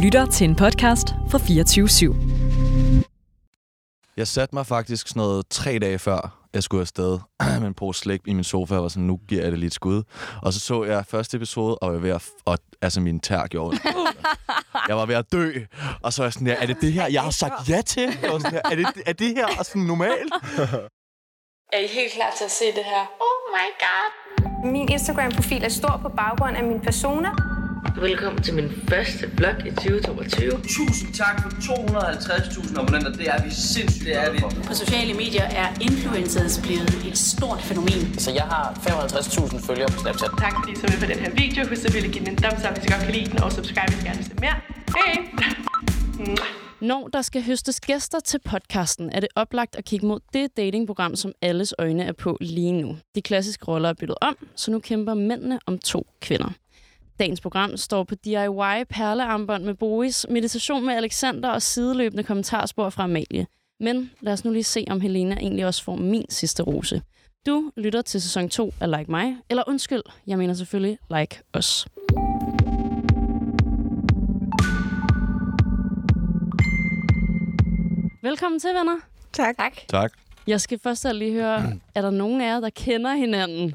lytter til en podcast fra 24 /7. Jeg satte mig faktisk sådan noget tre dage før, jeg skulle afsted med en pose slik i min sofa, og var sådan, nu giver jeg det lige et skud. Og så så jeg første episode, og jeg var ved at... Og, altså, min tær gjorde... jeg var ved at dø. Og så var jeg sådan, her, er det det her, jeg har sagt ja til? Jeg var sådan, her, er, det, er det her sådan normalt? Er I helt klar til at se det her? Oh my god. Min Instagram-profil er stor på baggrund af min persona. Velkommen til min første vlog i 2022. Tusind tak for 250.000 abonnenter. Det er vi sindssygt det er vi. På sociale medier er influencers blevet et stort fænomen. Så jeg har 55.000 følgere på Snapchat. Tak fordi I så med på den her video. Husk selvfølgelig at give den en thumbs up, hvis I godt kan lide den, og subscribe, hvis I gerne vil se mere. Hej! Når der skal høstes gæster til podcasten, er det oplagt at kigge mod det datingprogram, som alles øjne er på lige nu. De klassiske roller er byttet om, så nu kæmper mændene om to kvinder. Dagens program står på DIY, perlearmbånd med Boris, meditation med Alexander og sideløbende kommentarspor fra Amalie. Men lad os nu lige se, om Helena egentlig også får min sidste rose. Du lytter til sæson 2 af Like mig, eller undskyld, jeg mener selvfølgelig Like os. Velkommen til, venner. Tak. tak. Tak. Jeg skal først og lige høre, er der nogen af jer, der kender hinanden?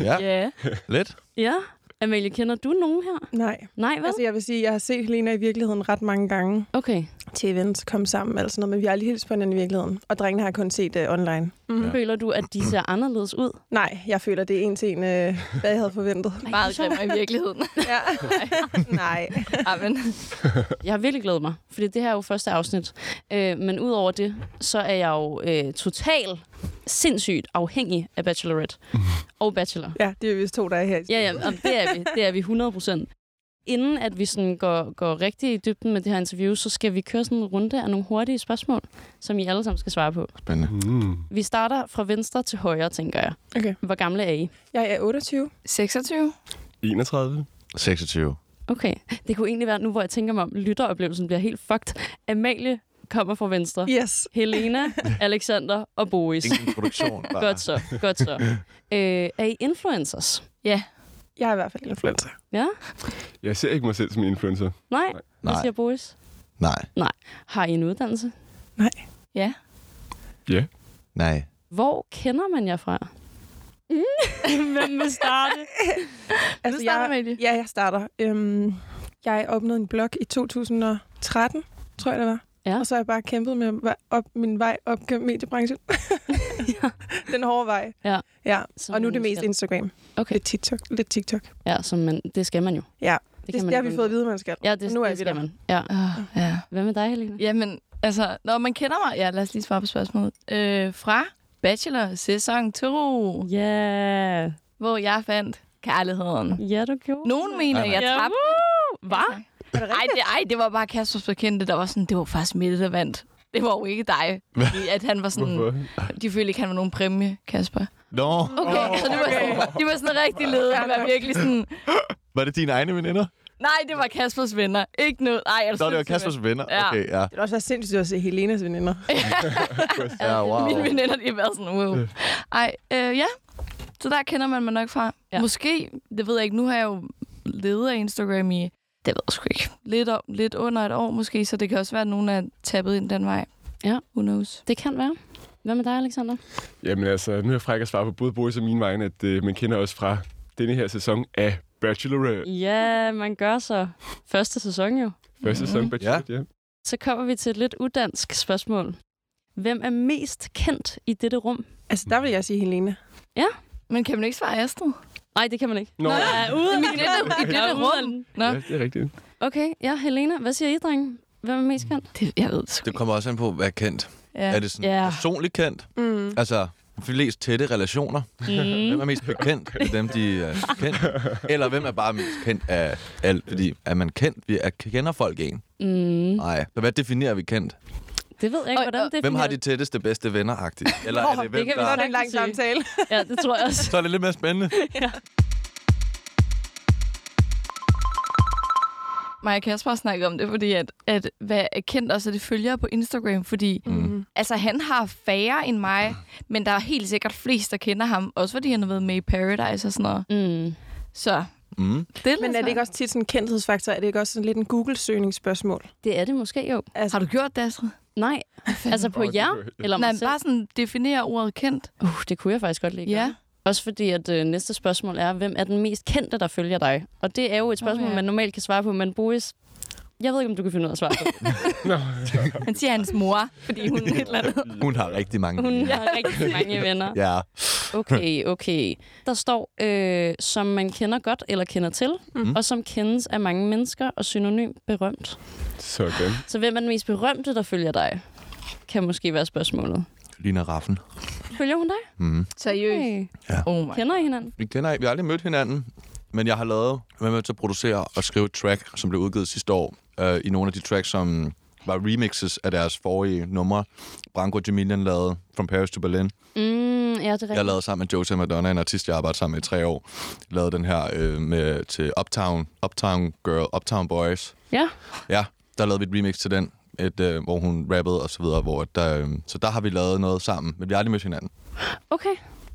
Ja, lidt. Ja. Amalie, kender du nogen her? Nej. Nej, vel? Altså, jeg vil sige, jeg har set Helena i virkeligheden ret mange gange Okay. til events, komme sammen eller sådan noget, men vi har aldrig hilst på hinanden i virkeligheden, og drengene har kun set uh, online. Ja. Føler du, at de ser anderledes ud? Nej, jeg føler, det er en til en, uh, hvad jeg havde forventet. Meget grimmere i virkeligheden. ja. Nej. Amen. Jeg har virkelig glædet mig, fordi det her er jo første afsnit. Øh, men udover det, så er jeg jo øh, total sindssygt afhængig af Bachelorette og Bachelor. Ja, det er vist to, der er her. i Ja, ja, og det er vi. Det er vi 100 procent. Inden at vi sådan går, går rigtig i dybden med det her interview, så skal vi køre sådan en runde af nogle hurtige spørgsmål, som I alle sammen skal svare på. Spændende. Hmm. Vi starter fra venstre til højre, tænker jeg. Okay. Hvor gamle er I? Jeg er 28. 26. 31. 26. Okay. Det kunne egentlig være, nu hvor jeg tænker mig om, lytteroplevelsen bliver helt fucked. Amalie kommer fra venstre. Yes. Helena, Alexander og Boris. Ingen produktion. Bare. Godt så, godt så. Øh, er I influencers? Ja. Jeg er i hvert fald influencer. Ja? Jeg ser ikke mig selv som en influencer. Nej? Hvad Nej. siger Boris? Nej. Har I en uddannelse? Nej. Ja. Ja. Nej. Hvor kender man jer fra? Hvem vil starte? Altså, starter Amalie. Ja, jeg starter. Øhm, jeg åbnede en blog i 2013, tror jeg det var. Ja. Og så har jeg bare kæmpet med op, min vej op gennem mediebranchen. Den hårde vej. Ja. ja. Som Og nu er man det mest skal. Instagram. Okay. Lidt TikTok. Lidt TikTok. Det, Ja, som man, det skal man jo. Ja, det, det har ikke vi fået at undgå. vide, man skal. Ja, det, Nu er det vi skal der. man. Ja. Oh, ja. Hvad med dig, Helena? Jamen, altså, når man kender mig... Ja, lad os lige svare på spørgsmålet. Øh, fra Bachelor sæson 2, Ja, hvor jeg fandt kærligheden. ja du gjorde. Nogen mener, Nej, jeg Ja, tabte. woo! Hvad? Ej det, ej, det var bare Kaspers bekendte, der var sådan, det var faktisk Mette, der vandt. Det var jo ikke dig. Fordi at han var sådan, Hvorfor? de følte ikke, han var nogen præmie, Kasper. Nå, Okay, oh, så det var, sådan, det var sådan rigtig ledet. Det var virkelig sådan, var det dine egne veninder? nej, det var Kaspers venner. Ikke noget. Ej, jeg Nå, det var synes Kaspers venner. Ja. Okay, ja. Det har også været sindssygt at se Helenas veninder. Ja, wow. Mine veninder, de har været sådan, wow. Ej, øh, ja. Så der kender man mig nok fra. Ja. Ja. Måske, det ved jeg ikke, nu har jeg jo ledet af Instagram i, det ved jeg sgu ikke, lidt, om, lidt under et år måske, så det kan også være, at nogen er tappet ind den vej. Ja. Who knows? Det kan være. Hvad med dig, Alexander? Jamen altså, nu er jeg fræk at svare på både Boris og min vegne, at øh, man kender os fra denne her sæson af Bachelorette. Ja, man gør så. Første sæson jo. Første sæson Bachelorette, ja. Så kommer vi til et lidt udansk spørgsmål. Hvem er mest kendt i dette rum? Altså, der vil jeg sige Helena. Men kan man ikke svare Astrid? Nej, det kan man ikke. Nå, ja. ude af I dette, i dette rum? Nå. ja, det er rigtigt. Okay, ja, Helena, hvad siger I, drenge? Hvem er mest kendt? Det, jeg ved det sgu Det kommer også an på, hvad er kendt. Ja. Ja. Er det sådan Ja. ja. personligt kendt? Mm. Altså, flest tætte relationer? Mhm. Mm. Hvem er mest bekendt af dem, de er kendt? Eller hvem er bare mest kendt af alt? Fordi er man kendt? Vi er, kender folk en? Mm, Nej. Så hvad definerer vi kendt? det ved jeg ikke, Og- hvordan og- det Hvem har de tætteste bedste venner-agtigt? Eller Nå, er det det hvem, kan vi Så er der... det en lang Sagtens sige. samtale. Ja, det tror jeg også. Så er det lidt mere spændende. mig og Kasper har snakket om det, fordi at, at hvad er kendt også er det følgere på Instagram, fordi Mhm. mm. altså, han har færre end mig, men der er helt sikkert flest, der kender ham, også fordi han har været med i Paradise og sådan noget. Mm. Så Mm. Det er Men er det ikke også tit sådan en kendthedsfaktor? Er det ikke også sådan lidt en Google-søgningsspørgsmål? Det er det måske jo. Altså, Har du gjort det, Astrid? Nej. altså på Åh, det jer? kunne jeg- Eller Nej, mig men selv? bare sådan definere ordet kendt. Uh, det kunne jeg faktisk godt lide. Ja. Ja. Også fordi, at øh, næste spørgsmål er, hvem er den mest kendte, der følger dig? Og det er jo et spørgsmål, oh, ja. ja. man normalt kan svare på, men Boris, jeg ved ikke, om du kan finde ud af at svare på. det. Han siger hans mor, fordi hun er et eller andet. Hun har rigtig mange. Hun har rigtig mange venner. Ja. Okay, okay. Der står, øh, som man kender godt eller kender til, Mhm. mm. og som kendes af mange mennesker og synonym berømt. Sådan. Så hvem er den mest berømte, der følger dig? Kan måske være spørgsmålet. Lina Raffen. Følger hun dig? Mm. Seriøst? Okay. Ja. Oh my. Kender I hinanden? Vi kender ikke- vi har aldrig mødt hinanden, men jeg har lavet, hvad med til at producere og skrive et track, som blev udgivet sidste år, øh, i nogle af de tracks, som var remixes af deres forrige numre. Branko Jamilian lavede From Paris to Berlin. Mm, ja, det er Jeg rigtigt. lavede sammen med Jose Madonna, en artist, jeg arbejdede sammen med i tre år. Lavede den her øh, med, til Uptown, Uptown Girl, Uptown Boys. Ja. Ja, der lavede vi et remix til den, et, øh, hvor hun rappede og så videre. Hvor der, øh, så der har vi lavet noget sammen, men vi har aldrig mødt hinanden. Okay.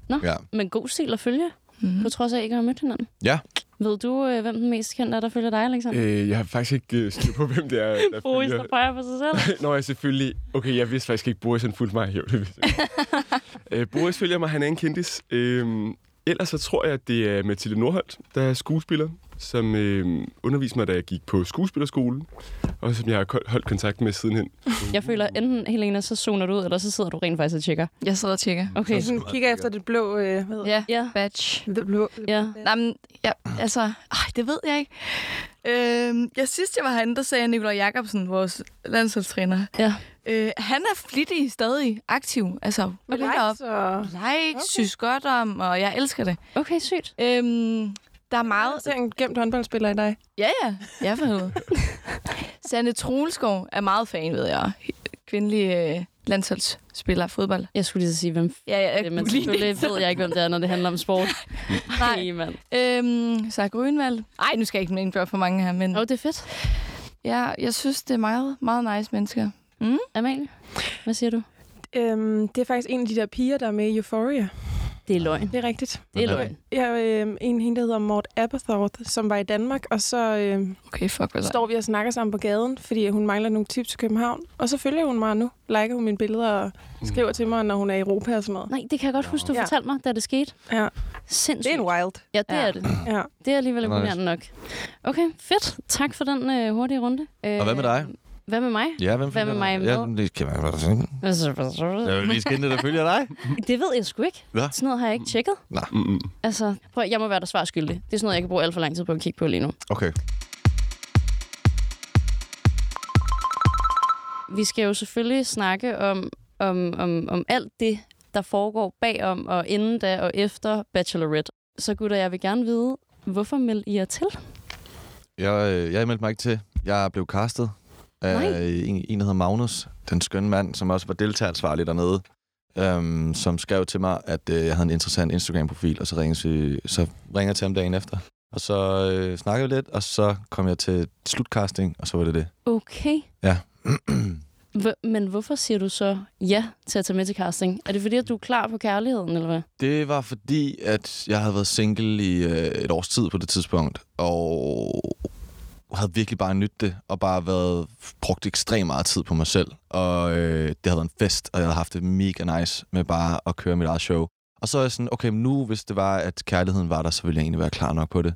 Nå, Ja. ja. men god stil at følge, Mhm. mm. på trods af, at I ikke har mødt hinanden. Ja. Ved du, øh, hvem den mest kendte er, der følger dig, Alexander? Øh, Øh, jeg har faktisk ikke øh, styr på, hvem det er, der Boris, følger. der peger på sig selv. Nå, jeg selvfølgelig... Okay, jeg vidste faktisk ikke, Boris han fulgte mig. Jo, det vidste jeg. ikke. øh, Boris følger mig, han er en kendis. Øhm, ellers så tror jeg, at det er Mathilde Nordholt, der er skuespiller, som øh, underviste mig, da jeg gik på skuespillerskolen, og som jeg har ko- holdt kontakt med sidenhen. Jeg føler enten, Helena, så zoner du ud, eller så sidder du rent faktisk og tjekker. Jeg sidder og tjekker. Okay. Sådan kigger efter det blå... Øh, hvad hedder Ja, Ja. batch. det? Det blå... ja. Nej, men, ja, altså, ej, det ved jeg ikke. Øhm, jeg sidst, jeg var herinde, der sagde Nikolaj Jacobsen, vores landsholdstræner. Ja. Øh, han er flittig stadig aktiv. Altså, Med hold da op. likes og... Like, okay. synes godt om, og jeg elsker det. Okay, sygt. Øhm, der er meget... Så er en gemt håndboldspiller i dig. Ja, ja. Ja, for helvede. Sanne Troelskov er meget fan, ved jeg. Kvindelig øh, landsholdsspiller af fodbold. Jeg skulle lige så sige, hvem f- Ja, ja, jeg det, men kunne lide selvfølgelig ved jeg ikke, hvem det er, når det handler om sport. Nej, mand. Øhm, Sarah Grønvald. Ej, nu skal jeg ikke indføre for mange her, men Åh, oh, det er fedt. ja, jeg synes, det er meget, meget nice mennesker. Amalie, hvad siger du? Øhm, det er faktisk en af de der piger, der er med i Euphoria. Det er løgn. Det er rigtigt. Det er Hvem er løgn. Jeg er øh, en hende, der hedder Mort Apperthorpe, som var i Danmark, og så øh, Okay, fuck, hvad står vi og snakker sammen på gaden, fordi hun mangler nogle tips til København. Og så følger hun mig nu, liker hun mine billeder og skriver til mig, når hun er i Europa og sådan noget. Nej, det kan jeg godt huske, du Ja. fortalte mig, da det skete. Ja. Det Sindssygt. er en wild. Ja, det Ja. er det. Ja. Det er alligevel Nice. imponerende nok. Okay, fedt. Tak for den øh, hurtige runde. Øh, Og hvad med dig? Hvad med mig? Ja, hvem Hvad følger med dig? mig? Ja, det kan man Jeg vil lige skænde, der følger dig. Det ved jeg sgu ikke. Hvad? Sådan noget har jeg ikke tjekket. Mm-mm. Altså, prøv, jeg må være der svar skyldig. Det er sådan noget, jeg kan bruge alt for lang tid på at kigge på lige nu. Okay. Vi skal jo selvfølgelig snakke om, om, om, om alt det, der foregår bagom og inden da og efter Bachelorette. Så gutter, jeg vil gerne vide, hvorfor meldte I jer til? Jeg, øh, jeg meldte mig ikke til. Jeg blev castet Nej. af en, en, der hedder Magnus, den skønne mand, som også var deltageransvarlig dernede, øhm, som skrev til mig, at øh, jeg havde en interessant Instagram-profil, og så ringer, vi, så ringer jeg til ham dagen efter. Og så øh, snakkede vi lidt, og så kom jeg til slutcasting, og så var det det. Okay. Ja. H- men hvorfor siger du så ja til at tage med til casting? Er det fordi, at du er klar på kærligheden, eller hvad? Det var fordi, at jeg havde været single i øh, et års tid på det tidspunkt, og havde virkelig bare nydt det, og bare været, brugt ekstremt meget tid på mig selv. Og øh, det havde været en fest, og jeg havde haft det mega nice med bare at køre mit eget show. Og så er jeg sådan, okay, men nu hvis det var, at kærligheden var der, så ville jeg egentlig være klar nok på det.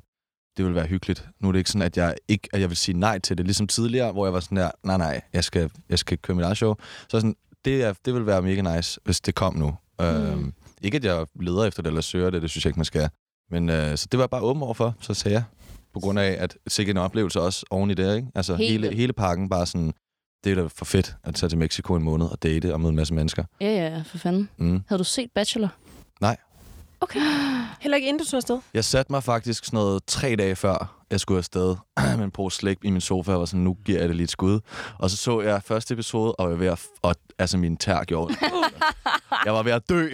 Det ville være hyggeligt. Nu er det ikke sådan, at jeg, ikke, at jeg vil sige nej til det. Ligesom tidligere, hvor jeg var sådan der, nej, nej, jeg skal, jeg skal køre mit eget show. Så er sådan, det, er, det ville være mega nice, hvis det kom nu. Mm. Øhm, ikke, at jeg leder efter det eller søger det, det synes jeg ikke, man skal. Men øh, så det var jeg bare åben overfor, så sagde jeg. På grund af, at sikkert en oplevelse også oven i det, ikke? Altså Helt hele, vildt. hele pakken bare sådan, det er da for fedt at tage til Mexico en måned og date og møde en masse mennesker. Ja, ja, ja, for fanden. Mm. Havde du set Bachelor? Nej. Okay. Heller ikke inden du tog afsted. Jeg satte mig faktisk sådan noget tre dage før, jeg skulle afsted med en pose slik i min sofa, og var sådan, nu giver jeg det lige et skud. Og så så jeg første episode, og jeg var ved at... Og, altså, min tær gjorde... Jeg var ved at dø,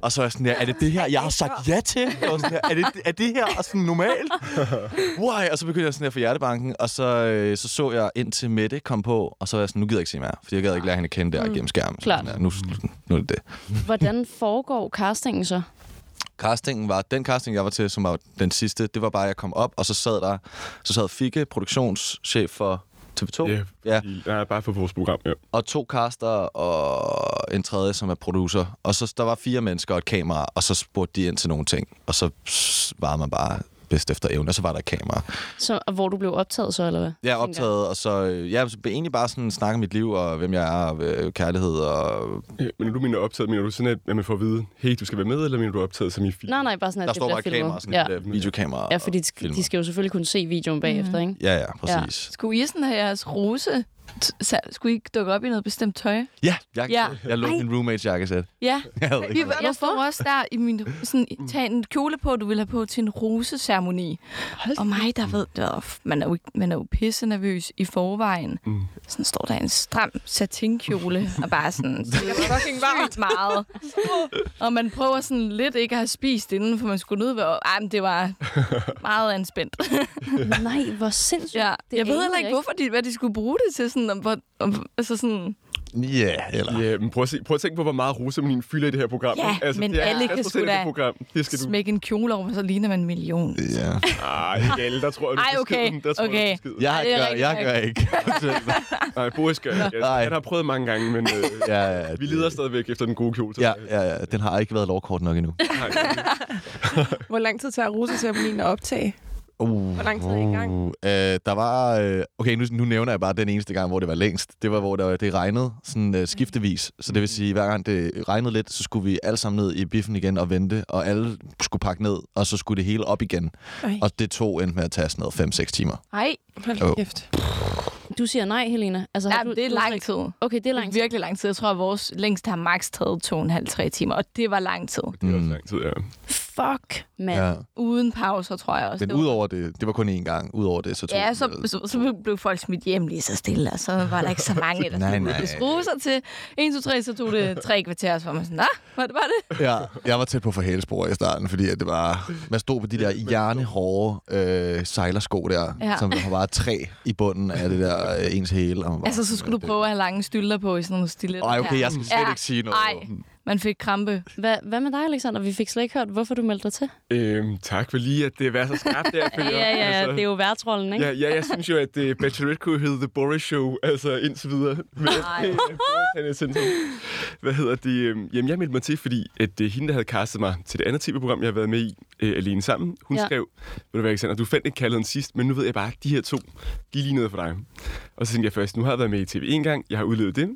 og så er jeg sådan her, er det det her, jeg har sagt ja til? Jeg var sådan her, er, det, er det her sådan normalt? Why? Og så begyndte jeg sådan her for hjertebanken, og så, øh, så så jeg ind til Mette kom på, og så var jeg sådan, nu gider jeg ikke se mere, fordi jeg gad ikke lære hende at kende der gennem skærmen. Så Klart. sådan her, Nu, nu er det det. Hvordan foregår castingen så? Castingen var, den casting, jeg var til, som var den sidste, det var bare, at jeg kom op, og så sad der, så sad Fikke, produktionschef for TV2. Ja, ja. Nej, bare for vores program, ja. Og to caster og en tredje, som er producer. Og så der var fire mennesker og et kamera, og så spurgte de ind til nogle ting. Og så var man bare bedst efter evne, og så var der et kamera. Så, og hvor du blev optaget så, eller hvad? Jeg er optaget, og så øh, jeg blev egentlig bare sådan snakke om mit liv, og hvem jeg er, og øh, kærlighed, og... Ja, Øh, men når du mener optaget, mener du sådan, at, at man får at vide, hey, du skal være med, eller mener du er optaget som i film? Nej, nej, bare sådan, at Der det står bliver bare et filmet. kamera, sådan ja. et øh, videokamera. Ja, fordi de, sk- filmer. de skal jo selvfølgelig kunne se Mhm. videoen bagefter, ikke? Ja, ja, præcis. Skulle I sådan have jeres rose? T- sa- skulle I ikke dukke op i noget bestemt tøj? Ja, jeg, Ja. ja. jeg lå min roommates jakkesæt. Ja, Jeg havde ikke vi, var- jeg Mm. stod også der i min... Sådan, tag en kjole på, du ville have på til en roseceremoni. Og mig, der ved... Der, man, er jo, ikke- man er jo pisse nervøs i forvejen. Mm. Sådan står der en stram satinkjole, og bare sådan... Det er fucking varmt. meget. Og man prøver sådan lidt ikke at have spist inden, for man skulle nødt være... Ej, men det var meget anspændt. Nej, hvor sindssygt. Ja, Det jeg ved anede heller jeg ikke, ikke. hvorfor de, hvad de skulle bruge det til. Sådan, om, hvor, om, altså sådan, Ja, eller... Ja, men prøv at, se, prøv at tænke på, hvor meget rosemin fylder i det her program. Ja, Altså, men det er alle kan 50% sgu af det da program. Det skal du... smække en kjole over, så ligner man en million. Ja. Ej, ikke alle, der tror jeg, du Ej, er okay, beskeden. Der tror jeg, du er okay. beskeden. Jeg Ej, det er gør- rigtigt jeg nok. gør Nej, Boris gør ikke. Altså, han har prøvet mange gange, men øh, Ja, ja, ja, vi leder stadigvæk efter den gode kjole. ja, ja, ja, den har ikke været lovkort nok endnu. Hvor lang tid tager russeseremonien at optage? Uh, Hvor lang tid er I i gang? Uh, øh, der var... Øh, okay, nu, nu nævner jeg bare den eneste gang, hvor det var længst. Det var, hvor der, det regnede sådan øh, skiftevis. Så Mm. det vil sige, hver gang det regnede lidt, så skulle vi alle sammen ned i biffen igen og vente, og alle skulle pakke ned, og så skulle det hele op igen. Ej. Og det tog endte med at tage sådan noget 5-6 timer. Nej. Jo. kæft. Du siger nej, Helena. Altså, har Ja, du, det er du har lang ikke- tid. Okay, det er lang tid. Virkelig lang tid. Jeg tror, at vores længste har maks taget to og en halv, tre timer, og det var lang tid. Det er også lang tid, ja. Fuck, mand. Mm. Ja. Ja. Uden pauser, tror jeg også. Men Det var- udover det, det var kun én gang. Udover det, så tog Ja, den så, vel- så, så blev folk smidt hjem lige så stille, og så var der ikke så mange, der Nej, skulle nej. skrue sig til. 1, 2, 3, så tog det tre kvarter, så var man sådan, nej, var det bare det? Ja, jeg var tæt på for hælespor i starten, fordi at det var, man stod på de der hjernehårde øh, sejlersko der, Ja. ja. som var bare træ i bunden af det der øh, ens hæle. Og man var, Altså, så skulle du prøve at have lange stylter på i sådan nogle stiletter. Ej, okay, jeg skal slet Ja. ikke sige noget. Ej, man fik krampe. Hvad, hvad med dig, Alexander? Vi fik slet ikke hørt, hvorfor du meldte dig til. Øhm, tak for lige, at det var så skarpt der. føler jeg. Altså, jo værtrollen, Ja, ja, jeg synes jo, at uh, Bachelorette kunne hedde The Boris Show, altså indtil videre. Men, øh, Boris, han er sådan som- Hvad hedder det? øhm, Jamen, jeg meldte mig til, fordi at uh, hende, der havde castet mig til det andet tv-program, jeg har været med i, uh, Alene Sammen, hun Ja. ja. skrev, ved du hvad, Alexander, du fandt ikke kaldheden sidst, men nu ved jeg bare, at de her to, de er lige noget for dig. Og så tænkte jeg først, nu har jeg været med i tv en gang, jeg har udlevet det.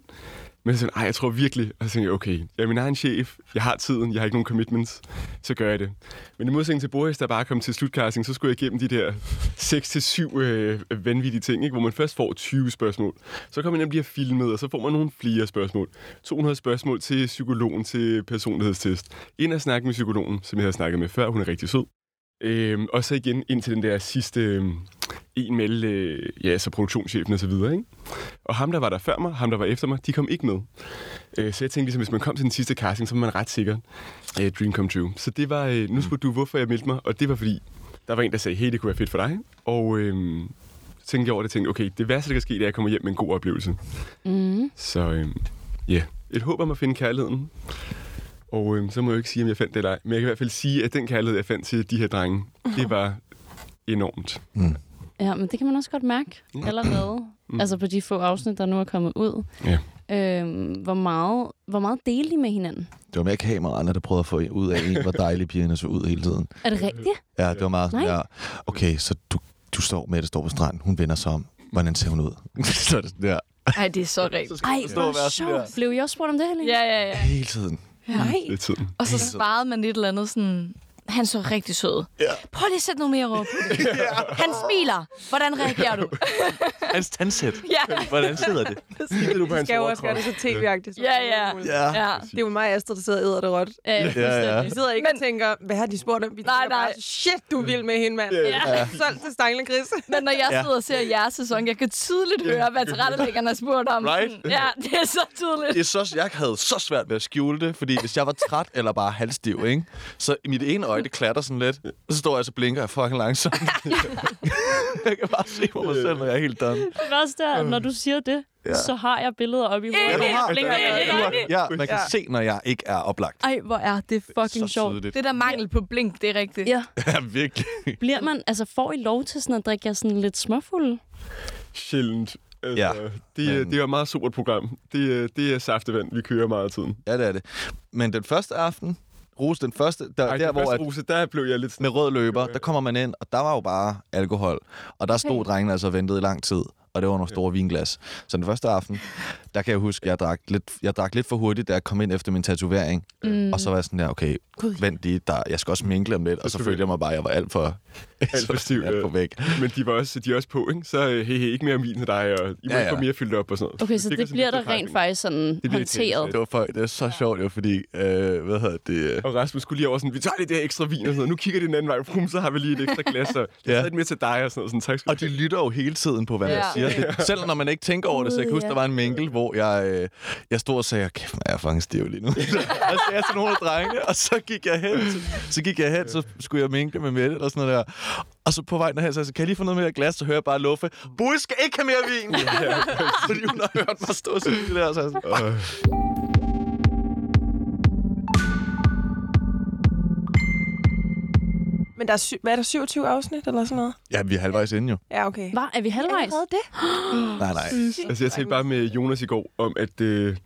Men så sådan, ej, jeg tror virkelig. Og så tænkte jeg, okay, jeg er min egen chef, jeg har tiden, jeg har ikke nogen commitments, så gør jeg det. Men i modsætning til Boris, der bare kom til slutcasting, så skulle jeg igennem de der 6-7 øh, vanvittige ting, ikke? hvor man først får 20 spørgsmål. Så kommer man ind og bliver filmet, og så får man nogle flere spørgsmål. 200 spørgsmål til psykologen til personlighedstest. Ind og snakke med psykologen, som jeg havde snakket med før, hun er rigtig sød. Øhm, og så igen ind til den der sidste øhm, en med øh, ja, så produktionschefen og så videre, ikke? Og ham, der var der før mig, ham, der var efter mig, de kom ikke med. Øh, så jeg tænkte ligesom, hvis man kom til den sidste casting, så var man ret sikker. Øh, dream come true. Så det var, øh, nu skulle du, hvorfor jeg meldte mig, og det var fordi, der var en, der sagde, hey, det kunne være fedt for dig. Og øh, så tænkte jeg over det og tænkte, okay, det værste, der kan ske, det er, at jeg kommer hjem med en god oplevelse. Mm. Så øh, ja, et håb om at finde kærligheden. Og øh, så må jeg jo ikke sige, om jeg fandt det eller ej. Men jeg kan i hvert fald sige, at den kærlighed, jeg fandt til de her drenge, det var enormt. Mm. Ja, men det kan man også godt mærke allerede. Mm. Altså på de få afsnit, der nu er kommet ud. Ja. Øhm, hvor, meget, hvor meget delte I med hinanden? Det var mere kameraerne, der prøvede at få ud af en, hvor dejlige pigerne så ud hele tiden. Er det rigtigt? Ja, det var meget sådan, Nej. ja, okay, så du, du står med, at står på stranden, hun vender sig om, hvordan ser hun ud? så er det sådan der, Ej, det er så rigtigt. Ej, stå og hvor være sådan der. sjovt. Blev I også spurgt om det, Helene? Ja, ja, ja. hele tiden. Nej. Det er tiden. Og så Helt sød. svarede man et eller andet sådan, han så rigtig sød. Ja. Prøv lige at sætte noget mere råb. Han smiler. Hvordan reagerer du? Hans tandsæt, ja. hvordan sidder det? Kigger du på hans Skal jo også overkrop? gøre det så tv-agtigt. som Ja, Øh, overhovedet. Ja. ja. Det er jo mig og Astrid, der sidder og æder det råt. ja. Ja, ja. Vi sidder ikke Men... og tænker, hvad har de spurgt om? Vi Nej, tænker bare, nej. shit, du er vild med hende, mand. Ja. Solgt til Stangle Gris. Men når jeg Ja. sidder og ser jeres sæson, jeg kan tydeligt høre, hvad tilrettelæggerne har spurgt om. Right? Sådan, Ja, det er så tydeligt. Det er så, jeg havde så svært ved at skjule det, fordi hvis jeg var træt eller bare halvstiv, ikke? så i mit ene øje, det klatter sådan lidt, og så står jeg og så blinker jeg fucking langsomt. jeg kan bare se på mig selv, når jeg er helt done. Det var også der, når du siger det, ja. så har jeg billeder op i hovedet. Ja, du har. Bling, bling, bling, Du bling, har- bling. Ja, man kan se, når jeg ikke er oplagt. Ej, hvor er det fucking så sjovt. tydeligt. der mangel på blink, det er rigtigt. Ja. Ja, virkelig. Bliver man, altså får I lov til sådan at drikke jer sådan lidt småfulde? Sjældent. Altså, ja, det, men... det er et meget supert program. Det, øh, det er saftevand, vi kører meget af tiden. Ja, det er det. Men den første aften, Rose, den første, der, Ej, der hvor... første at, Rose, der blev jeg lidt... Med rød løber, der kommer man ind, og der var jo bare alkohol. Og der stod Okay. drengene altså og ventede i lang tid, og det var nogle store vinglas. Så den første aften, der kan jeg huske, jeg drak lidt, jeg drak lidt for hurtigt, da jeg kom ind efter min tatovering. Mm. Og så var jeg sådan der, okay, vent lige, der, jeg skal også minkle om lidt. Og så følte jeg mig bare, at jeg var alt for... Alt for stiv. Alt for væk. Men de var også, de er også på, ikke? Så øh, hey, hey, ikke mere min til dig, og I må Ja, ja, ja. ja. få mere fyldt op og sådan noget. Okay, så det, kan det bliver der rent faktisk sådan det håndteret. Det var, for, det var så sjovt jo, fordi... Øh, hvad hedder det? Øh, Og Rasmus skulle lige over sådan, vi tager lige det her ekstra vin og sådan noget. Nu kigger de den anden vej, Pum, så har vi lige et ekstra glas, og det er lidt mere til dig og sådan noget. Sådan, tak skal og de lytter jo hele tiden på, hvad man Ja. siger. Det, selv når man ikke tænker over det, så jeg kan huske, Ja. der var en minkel, hvor jeg, øh, jeg stod og sagde, kæft, man, jeg er fucking stiv lige nu. og så er jeg til nogle af drengene, og så gik jeg hen, til- så gik jeg hen, så skulle jeg minkle med Mette og sådan noget der. Og så på vej derhen, så jeg, kan jeg lige få noget mere glas, så hører jeg bare Luffe, Bus skal ikke have mere vin! Ja. Fordi hun har hørt mig stå og sige det der, så jeg er sådan, "Fuck." Men der er sy- hvad er der 27 afsnit eller sådan noget? Ja, vi er halvvejs inde jo. Ja, okay. Hvad? Er vi halvvejs? Er det? Nej, nej. Mm. Altså, jeg talte bare med Jonas i går om, at øh,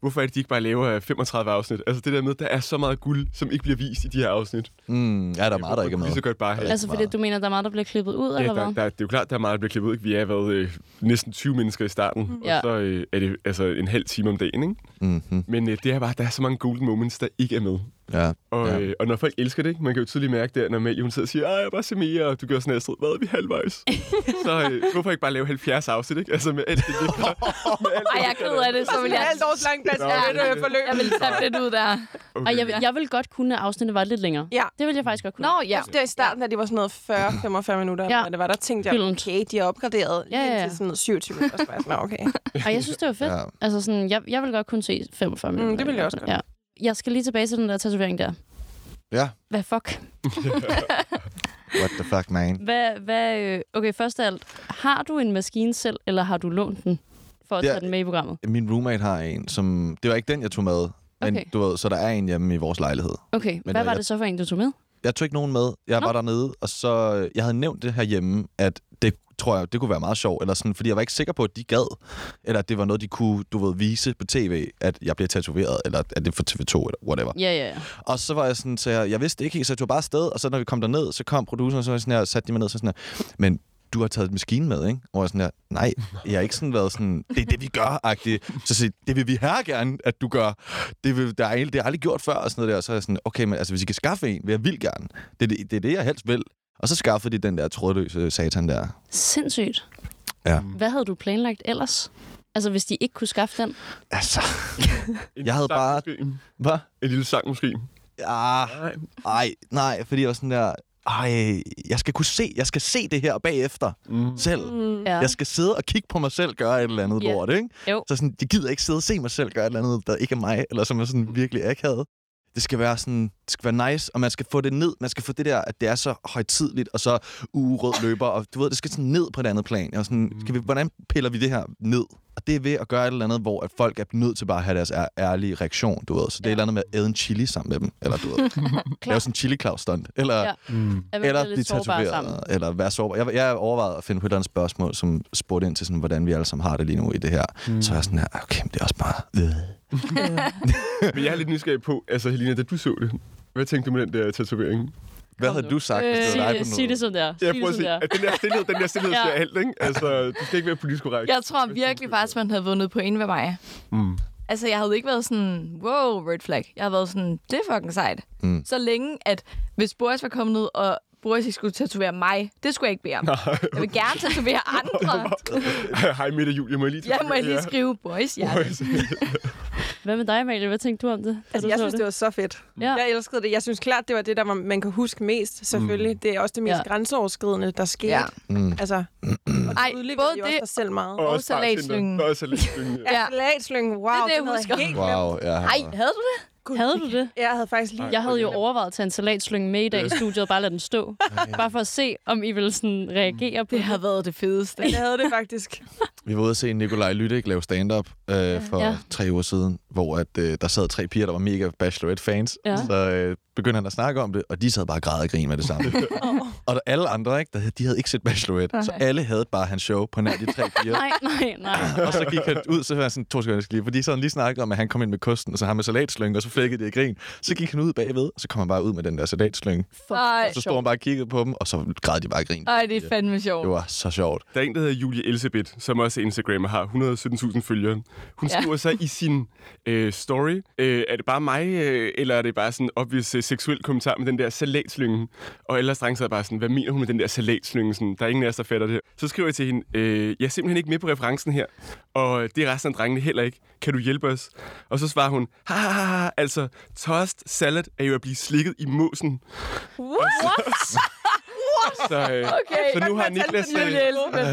hvorfor er det, de ikke bare laver øh, 35 afsnit? Altså, det der med, der er så meget guld, som ikke bliver vist i de her afsnit. Mm, ja, der er meget, der ikke er med. Lige så godt bare have. Altså fordi du mener, der er meget, der bliver klippet ud, Ja, eller der, hvad? der, det er jo klart, der er meget, der bliver klippet ud. Ikke? Vi er været øh, næsten 20 mennesker i starten, Mm. mm. Ja. Mm. og så øh, er det altså en halv time om dagen. Ikke? Mm-hmm. Men øh, det er bare, der er så mange golden moments, der ikke er med. Ja, Og, ja. øh, og når folk elsker det, ikke? man kan jo tydeligt mærke det, når Malie, hun sidder og siger, "Ej, jeg vil bare se mere, og du gør sådan her sted, hvad er vi halvvejs? så øh, hvorfor ikke bare lave 70 afsnit, ikke? Altså med alt det, det Ej, jeg er ked af det, så Bare vil jeg... sådan en halvt års lang pas- ja, øh, forløb. Jeg vil tabe lidt ud der. Okay. Og jeg, vil- jeg vil godt kunne, at afsnittet var lidt længere. Ja. Det ville jeg faktisk godt kunne. Nå, ja. Det var i starten, at det var sådan noget 40-45 minutter, Ja. ja. det var. Der tænkte jeg, Gyldent. okay, de er opgraderet Ja, ja, ja. ja. til sådan noget 27 minutter. Så var jeg sådan, "Nå, okay. Og jeg synes, det var fedt. Ja. Ja. Altså sådan, jeg, jeg vil godt kunne se 45 minutter. det ville jeg også godt. Ja. Mm, Jeg skal lige tilbage til den der tatovering der. Ja. Hvad fuck? What the fuck, man? Hvad, hvad, øh, okay, først af alt. Har du en maskine selv, eller har du lånt den? For at Ja. tage den med i programmet. Min roommate har en, som... Det var ikke den, jeg tog med. Men Okay. okay. du ved, så der er en hjemme i vores lejlighed. Okay, Men Men hvad jeg- var det så for en, du tog med? Jeg tog ikke nogen med. Jeg Nå. var dernede, og så... øh, Jeg havde nævnt det herhjemme, at det tror jeg, det kunne være meget sjovt, eller sådan, fordi jeg var ikke sikker på, at de gad, eller at det var noget, de kunne, du ved, vise på tv, at jeg blev tatoveret, eller at det er for TV2, eller whatever. Ja, ja, ja. Og så var jeg sådan, så jeg, jeg vidste ikke helt, så jeg tog bare afsted, og så når vi kom derned, så kom produceren, og så var jeg sådan her, satte de mig ned, så sådan her, men du har taget et maskine med, ikke? Og jeg var sådan her, nej, jeg har ikke sådan været sådan, det er det, vi gør, -agtig. Så siger, de, det vil vi her gerne, at du gør. Det, vil, der er, egentlig- det har jeg aldrig gjort før, og sådan noget der. Og så er jeg sådan, okay, men altså, hvis I kan skaffe en, vil jeg vildt gerne. Det, er det, det er det, jeg helst vil. Og så skaffede de den der trådløse satan der. Sindssygt. Ja. Hvad havde du planlagt ellers? Altså, hvis de ikke kunne skaffe den? Altså, jeg havde bare... Hvad? En lille sang måske. Ja, nej, Ah, nej, fordi jeg var sådan der, ej, jeg skal kunne se, jeg skal se det her bagefter mm. selv. Mm. Mm. Ja. Jeg skal sidde og kigge på mig selv gøre et eller andet Ja. yeah. lort, ikke? Jo. Så sådan, jeg gider ikke sidde og se mig selv gøre et eller andet, der ikke er mig, eller som er sådan virkelig akavet. Det skal være sådan, det skal være nice, og man skal få det ned. Man skal få det der, at det er så højtidligt, og så urød løber, og du ved, det skal sådan ned på et andet plan. Og sådan, skal vi, hvordan piller vi det her ned? Og det er ved at gøre et eller andet, hvor at folk er nødt til bare at have deres ær- ærlige reaktion, du ved. Så det er et eller andet med at æde en chili sammen med dem, eller du ved, lave sådan en chili claus stunt eller, Ja. ja. Mm. At være eller lidt blive sårbare sammen. tatoveret, eller være sårbar. Jeg, jeg overvejede at finde på et eller andet spørgsmål, som spurgte ind til, sådan, hvordan vi alle sammen har det lige nu i det her. Mm. Så er jeg sådan her, okay, men det er også bare... Øh. Men jeg er lidt nysgerrig på, altså Helena, da du så det, hvad tænkte du med den der tatovering? Hvad havde du sagt, hvis det Øh, var dig sig på det- noget? sig det som det er. Sig Ja, det prøv at som se. det er. At den der stillhed, den der stillhed Ja. ja. alt, ikke? Altså, det skal ikke være politisk korrekt. Jeg tror virkelig faktisk, man havde vundet point ved mig. Mm. Altså, jeg havde ikke været sådan, wow, red flag. Jeg havde været sådan, det er fucking sejt. Mm. Så længe, at hvis Boris var kommet ned, og Boris ikke skulle tatovere mig, det skulle jeg ikke bede om. Nej. Jeg vil gerne tatovere andre. Hej, Mette og Julie, må jeg lige... Jeg må lige skrive Boris, ja. Boris. Hvad med dig, Amalie? Hvad tænkte du om det? da Altså, du jeg så synes, det var så fedt. Ja. Jeg elskede det. Jeg synes klart, det var det, der var, man kan huske mest, selvfølgelig. Mm. Det er også det mest Ja. ja. grænseoverskridende, der skete. Ja. Ja. Mm. Altså, Ej, både de også det dig selv meget. Og også salatslyngen. Og salatslyngen, ja. Ja. Salatslyngen, wow, Det er det, jeg den havde jeg husker. helt Wow, ja. Ej, havde du det? Gud, havde du det? Jeg havde faktisk lige... Jeg havde jo overvejet at tage en salatslynge med i dag i studiet og bare lade den stå. Bare for at se, om I ville sådan Mm. reagere på det. Det havde været det fedeste. Jeg havde det faktisk. Vi var ude at se Nikolaj Lydik lave stand-up øh, for Ja. ja. tre uger siden, hvor at, øh, der sad tre piger, der var mega Bachelorette-fans. Ja. Ja. Så øh, begyndte han at snakke om det, og de sad bare og græd og grin med det samme. og der, alle andre, ikke, der, de havde ikke set Bachelorette, så Nej. alle havde bare hans show på nær de tre piger. Nej, nej, nej. og så gik han ud, så var jeg sådan, to sekunder, jeg skal lige, fordi så havde han lige snakket om, at han kom ind med kosten, og så ham med salatslynge, og så flækkede de i grin. Så gik han ud bagved, og så kom han bare ud med den der salatslynge. Ej, Og så stod han bare og kiggede på dem, og så græd de bare og grin. Ej, det er fandme sjovt. Det var så sjovt. Der er en, der hedder Julie Elisabeth, som også er Instagrammer, har 117.000 følgere. Hun Ja. ja. skriver så i sin øh, story, øh, er det bare mig, øh, eller er det bare sådan en obvious øh, seksuel kommentar med den der salatslynge? Og ellers drenge sad bare sådan, hvad mener hun med den der salatslynge? Sådan, der er ingen af os, der fatter det. Så skriver jeg til hende, øh, jeg er simpelthen ikke med på referencen her, og det er resten af drengene heller ikke. Kan du hjælpe os? Og så svarer hun, ha, ha, ha, ha, altså, tossed salad er jo at blive slikket i måsen. Så, øh, Okay. så nu har Niklas... øh,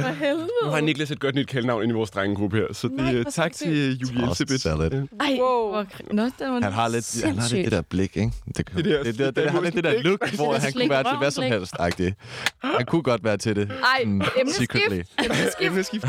for helvede. nu har Niklas et godt nyt kaldnavn ind i vores drengegruppe her, så det, Nej, Nej, hvor tak til øh, Julie Elsebeth. Ej, wow. hvor... Nå, det var Han har lidt, han har lidt det der blik, ikke? Det, det, der, det, der, det, har lidt det der look, hvor han kunne være til hvad som helst. -agtig. Han kunne godt være til det. Ej, Sådan emneskift. secretly. Emneskift. Emneskift.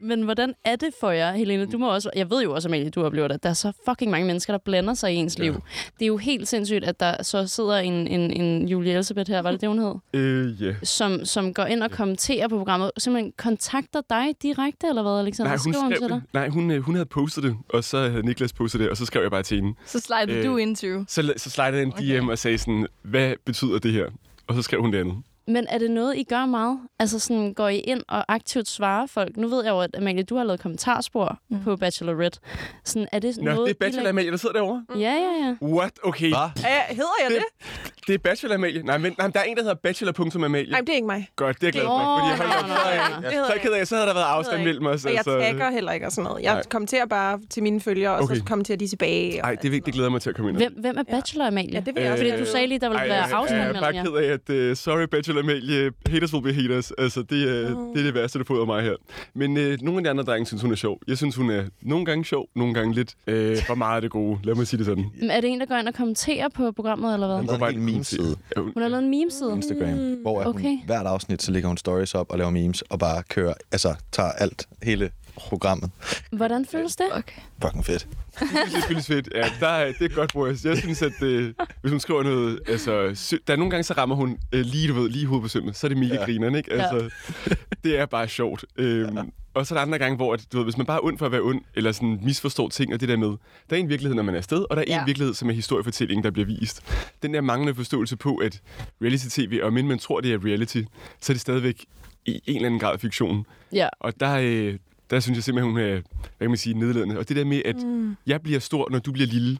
Men hvordan er det for jer, Helene? Du må også, jeg ved jo også, Amalie, du oplever det, at der er så fucking mange mennesker, der blander sig i ens liv. Det er jo helt sindssygt, at der så sidder en, en, en Julie Elisabeth her, var det det, hun hed? Øh, ja. Som, som går ind og kommenterer på programmet. Simpelthen kontakter dig direkte, eller hvad, Alexander? Nej, hun, Skriver til skrev, dig? det- nej hun, øh, hun havde postet det, og så havde Niklas postet det, og så skrev jeg bare til hende. Så slidede Øh. du into. Så, la- så slidede jeg en DM og sagde sådan, hvad betyder det her? Og så skrev hun det andet. Men er det noget, I gør meget? Altså sådan, går I ind og aktivt svarer folk? Nu ved jeg jo, at Amalie, du har lavet kommentarspor mm. på Bachelorette. Sådan, er det Nå, noget, det er Bachelor Amalie, der sidder derovre. I... Ja, ja, ja. What? Okay. Hva? Ja, hedder jeg det? Det er Bachelor Amalie. Nej, men, nej, men der er en, der hedder Bachelor.amalie. Nej, det er ikke mig. Godt, det er jeg glad for. Åh, fordi jeg holdt nej, op, nej, så, nej, nej. øh, Det hedder så ked af, så havde der været afstand mellem os. Og jeg altså. tagger heller ikke og sådan noget. Jeg Nej. kommenterer bare til mine følgere, og så Okay. kommenterer de tilbage. Og... Ej, det er vigtigt. Det glæder jeg mig til at komme ind. og- Hvem, hvem er Bachelor, Amalie? Ja, det Øh, vil Fordi du sagde lige, der ville være afstand Jeg er øh, bare mellem jer. ked af, at uh, sorry Bachelor Amalie, haters will be haters. Altså, det, uh, Åh. oh. det er det værste, du får ud af mig her. Men uh, nogle af de andre drenge synes, hun er sjov. Jeg synes, hun er nogle gange sjov, nogle gange lidt uh, for meget af det gode. Lad mig sige det sådan. Men Er det en, der går ind og kommenterer på programmet, eller hvad? bare en meme-side. Hun har lavet en meme-side. Mm. Instagram, hvor at Okay. hun, hvert afsnit, så lægger hun stories op og laver memes, og bare kører, altså tager alt, hele programmet. Hvordan føles det? Okay. Fucking fedt. Det er selvfølgelig fedt. Ja, der, er- det er godt, Boris. Jeg synes, at øh, hvis hun skriver noget... Altså, sø, der er nogle gange, så rammer hun øh, lige, du ved, lige i hovedet på sømmet. Så er det mega ja. grineren, ikke? Altså, ja. Det er bare sjovt. Øhm, ja. Og så er der andre gange, hvor at, du ved, hvis man bare er ond for at være ond, eller sådan misforstår ting og det der med, der er en virkelighed, når man er afsted, og der er Ja. en virkelighed, som er historiefortællingen, der bliver vist. Den der manglende forståelse på, at reality-tv, og men man tror, det er reality, så er det stadigvæk i en eller anden grad fiktion. Ja. Og der, øh, der synes jeg simpelthen, hun er, hvad kan man sige, nedladende. Og det der med, at Mm. mm. jeg bliver stor, når du bliver lille,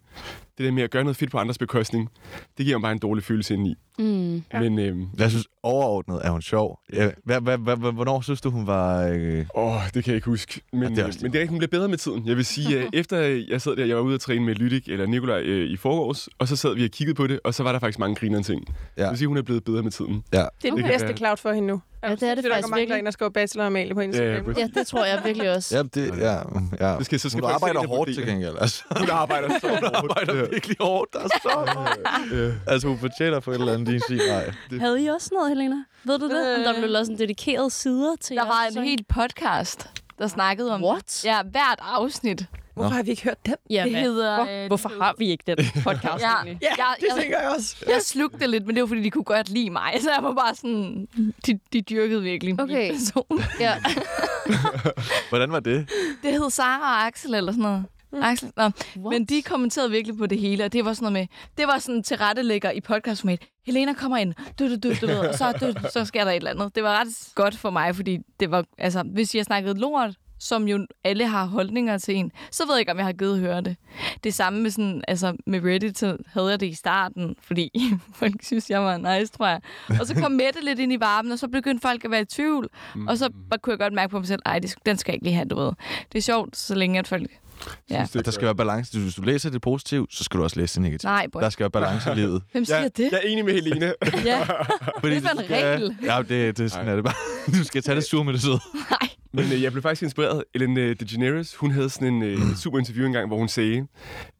det der med at gøre noget fedt på andres bekostning, det giver mig bare en dårlig følelse indeni. Mm. Ja. Men øhm, Jeg synes, overordnet er hun sjov. Ja, hvad- hvad- hvad- hvad- Hvornår synes du, hun var... øh, Åh, oh, det kan jeg ikke huske. Men, det er, men det er rigtigt, hun bliver bedre med tiden. Jeg vil sige, at efter øh, jeg sad der, jeg var ude at træne med Lydik eller Nikolaj øh, i forgårs, og så sad vi og kiggede på det, og så var der faktisk mange grinerende ting. Ja. Jeg vil sige, hun er blevet bedre med tiden. Ja. Det er den kan bedste være- cloud for hende nu. Ja, det er det faktisk virkelig. Der er virkelig. en, der skriver Bachelor Amalie på Instagram. Ja, ja, præcis. Ja, det tror jeg virkelig også. Ja, det, ja, ja. Det skal, så skal hun folk arbejder se det på hårdt DR. til gengæld. Altså. Hun arbejder så hårdt. arbejder virkelig hårdt. Der er så Altså, hun fortjener for et eller andet, din sig nej. Det, Havde I også noget, Helena? Ved du det? Om der blev lavet sådan dedikerede sider til Øh. Der jer var en sæson? hel podcast, der snakkede om What? Ja, hvert afsnit. Hvorfor har vi ikke hørt den? Ja, det hvad? hedder... øh, Fuck, hvorfor har vi ikke den podcast Ja, egentlig? Ja, det tænker jeg også. Jeg slugte det lidt, men det var, fordi de kunne godt lide mig. Så jeg var bare sådan... De, de dyrkede virkelig okay. min person. Ja. hvordan var det? Det hed Sara og Axel eller sådan noget. Mm. Axel, nå. Men de kommenterede virkelig på det hele, og det var sådan noget med, det var sådan tilrettelægger i podcastformat. Helena kommer ind, du, du, du, du, ved, og så, du, så sker der et eller andet. Det var ret godt for mig, fordi det var, altså, hvis jeg snakkede lort, som jo alle har holdninger til en, så ved jeg ikke, om jeg har givet at høre det. Det samme med, sådan, altså, med Reddit, så havde jeg det i starten, fordi folk synes, jeg var nice, tror jeg. Og så kom Mette lidt ind i varmen, og så begyndte folk at være i tvivl. Mm. Og så bare kunne jeg godt mærke på mig selv, ej, det, sk- den skal jeg ikke lige have, du ved. Det er sjovt, så længe at folk... Ja. Og der skal være balance. Hvis du læser det positivt, så skal du også læse det negativt. Nej, boy. Der skal være balance i livet. Hvem siger jeg, det? Jeg er enig med Helene. ja. Fordi Det er for en du skal- regel. Ja, det, det er sådan er det bare. Du skal tage det sure med det søde. Men øh, jeg blev faktisk inspireret. Ellen øh, DeGeneres, hun havde sådan en øh, super interview engang, hvor hun sagde,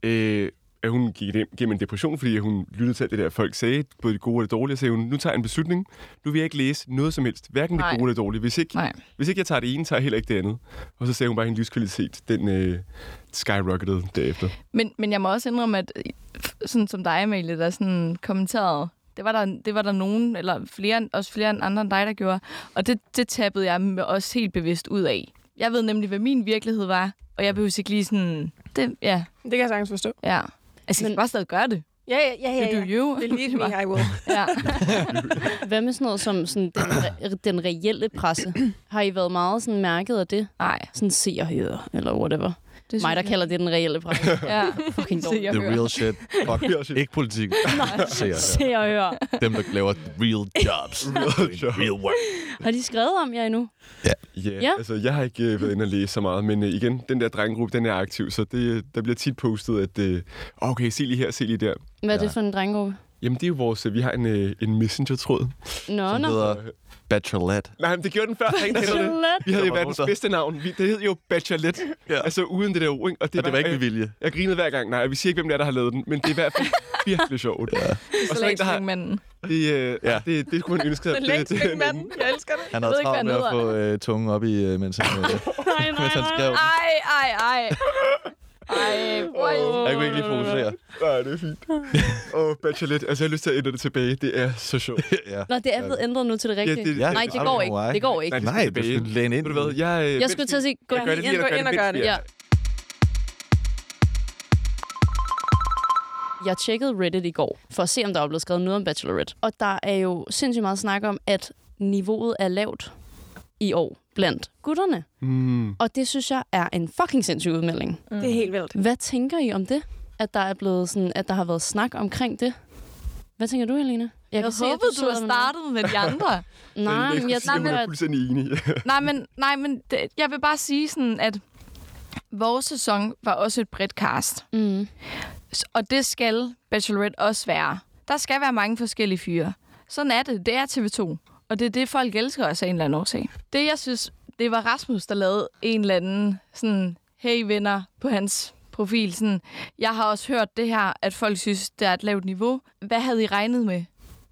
øh, at hun gik igennem- gennem en depression, fordi hun lyttede til alt det der, folk sagde, både det gode og det dårlige, og sagde hun, nu tager jeg en beslutning. Nu vil jeg ikke læse noget som helst, hverken Nej. det gode eller det dårlige. Hvis ikke, Nej. hvis ikke jeg tager det ene, tager jeg heller ikke det andet. Og så sagde hun bare, at hendes livskvalitet, den øh, skyrocketed derefter. Men, men jeg må også indrømme, at øh, sådan som dig, Amalie, der sådan kommenterede, det var, der, det var der nogen, eller flere, også flere end andre end dig, der gjorde. Og det, det tappede jeg med også helt bevidst ud af. Jeg ved nemlig, hvad min virkelighed var, og jeg behøver ikke lige sådan... Det, ja. det kan jeg sagtens forstå. Ja. Altså, men, jeg kan bare stadig gøre det. Ja, ja, ja. You do you. Believe me, I will. ja. Hvad med sådan noget som sådan den, re- den reelle presse? Har I været meget sådan mærket af det? Nej. Sådan se og høre, eller whatever. Det Det Mig, der kalder det den reelle presse. ja. Fucking Se dårligt. og The hør. real shit. Fuck. ikke politik. Se og hør. Se og hør. Dem, der laver real jobs. real, jobs. real work. Har de skrevet om jer endnu? Ja, yeah, Ja. altså jeg har ikke øh, været inde og læse så meget, men øh, igen, den der drengegruppe, den er aktiv, så det, øh, der bliver tit postet, at øh, okay, se lige her, se lige der. Hvad er det for en drengegruppe? Jamen det er jo vores, øh, vi har en, øh, en messenger-tråd. Nå, Som nå. hedder Bachelorette. Nej, men det gjorde den før. Der er ingen, der kender Bachelorette. det. Vi havde Der jo var verdens nogen, der- bedste navn. Vi, det hed jo Bachelorette. Ja. Altså uden det der ord. ikke? Og Og det var ikke øh, med vilje. Jeg grinede hver gang. Nej, vi siger ikke, hvem det er, der har lavet den, men det er i hvert fald virkelig sjovt. Ja. Og så er der en, der har... Manden. Det, øh, Ja. ja. det, det skulle man ønske sig. Så længe skal manden. Jeg elsker det. Han Jeg ved havde travlt ikke, med hvad at han få øh, tungen op i, øh, mens, han, øh, Nej, nej, mens han skrev. den. Ej, ej, ej. Ej, boy. Jeg kunne ikke lige fokusere. Nej, det er fint. Og Bachelorette, altså jeg har lyst til at ændre det tilbage. Det er så sjovt. ja. Nå, det er blevet ændret nu til det rigtige. det- Nej, det går ikke. Det går ikke. Nej, du skal læne ind. Ved du hvad, jeg... øh, Jeg skulle til at sige, gå Jeg gør det lige, ind. eller gør Gå ind og det gør det. mindst, Ja. Jeg tjekkede Reddit i går, for at se, om der var blevet skrevet noget om Bachelorette. Og der er jo sindssygt meget snak om, at niveauet er lavt i år blandt gutterne. Mm. Og det synes jeg er en fucking sindssyg udmelding. Mm. Det er helt vildt. Hvad tænker I om det? At der er blevet sådan, at der har været snak omkring det? Hvad tænker du, Helene? Jeg, Jeg, kan jeg se, at håbede, du sidder har med noget. startet med de andre. Nej, jeg, men jeg jeg, tænker, jeg er at fuldstændig enig. nej, men, nej, men det, jeg vil bare sige sådan, at vores sæson var også et bredt cast. Mm. S- Og det skal Bachelorette også være. Der skal være mange forskellige fyre. Sådan er det. Det er TV2. Og det er det, folk elsker os af en eller anden årsag. Det, jeg synes, det var Rasmus, der lavede en eller anden sådan, hey venner på hans profil. Sådan, jeg har også hørt det her, at folk synes, det er et lavt niveau. Hvad havde I regnet med?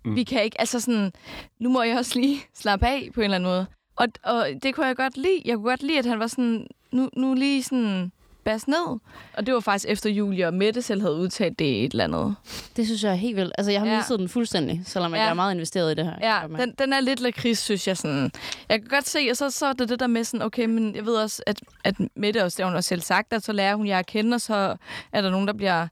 Mm. Vi kan ikke, altså sådan, nu må jeg også lige slappe af på en eller anden måde. Og, og det kunne jeg godt lide. Jeg kunne godt lide, at han var sådan, nu, nu lige sådan, bas ned. Og det var faktisk efter Julie og Mette selv havde udtalt det i et eller andet. det synes jeg er helt vildt. Altså, jeg har Ja. ja. misset den fuldstændig, selvom ja. Ja. jeg er meget investeret i det her. Ja, Kan jeg den, mærke. den er lidt lakrids, synes jeg sådan. Jeg kan godt se, og så, så er det det der med sådan, okay, men jeg ved også, at, at Mette også, det har hun også selv sagt, at så lærer hun jer at kende, og så er der nogen, der bliver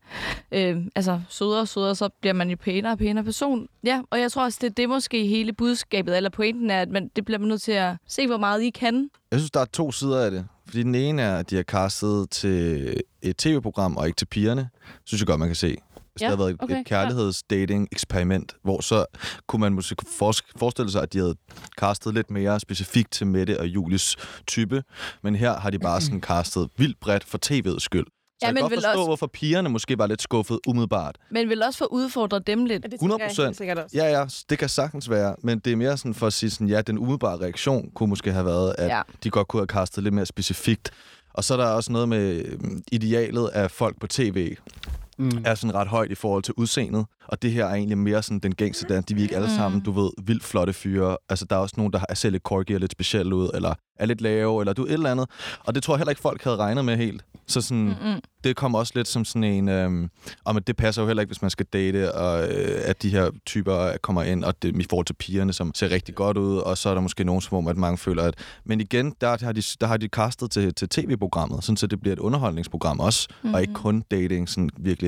øh, altså, sødere og sødere, og så bliver man jo pænere og pænere person. Ja, og jeg tror også, det er det måske hele budskabet, eller pointen er, at man, det bliver man nødt til at se, hvor meget I kan. Jeg synes, der er to sider af det. Fordi den ene er, at de har castet til et tv-program og ikke til pigerne. synes jeg godt, man kan se. Så ja, Ja, det har været okay, okay, et kærlighedsdating-eksperiment, hvor så kunne man måske fors- forestille sig, at de havde castet lidt mere specifikt til Mette og Julies type. Men her har de bare sådan castet vildt bredt for tv'ets skyld. Så Ja, jeg kan men godt vel forstå, også- hvorfor pigerne måske var lidt skuffet umiddelbart. Men vil også få udfordret dem lidt. Og det 100 tænker jeg helt sikkert også. Ja, ja, det kan sagtens være, men det er mere sådan for at sige sådan, ja, den umiddelbare reaktion kunne måske have været, at Ja. ja. de godt kunne have kastet lidt mere specifikt. Og så er der også noget med øhm, idealet af folk på tv, mm. er sådan ret højt i forhold til udseendet, og det her er egentlig mere sådan den gængse dans, de er ikke alle Mm. sammen, du ved, vildt flotte fyre. Altså, der er også nogen, der er selv lidt quirky og lidt specielle ud, eller er lidt lave, eller du et eller andet. Og det tror jeg heller ikke, folk havde regnet med helt. Så sådan, mm-hmm. det kom også lidt som sådan en, øhm, om at det passer jo heller ikke, hvis man skal date, og øh, at de her typer kommer ind, og det, i forhold til pigerne, som ser rigtig godt ud, og så er der måske nogen, som om, at mange føler, at... Men igen, der har de, der har de castet til, til tv-programmet, sådan så det bliver et underholdningsprogram også, mm-hmm. og ikke kun dating, sådan virkelig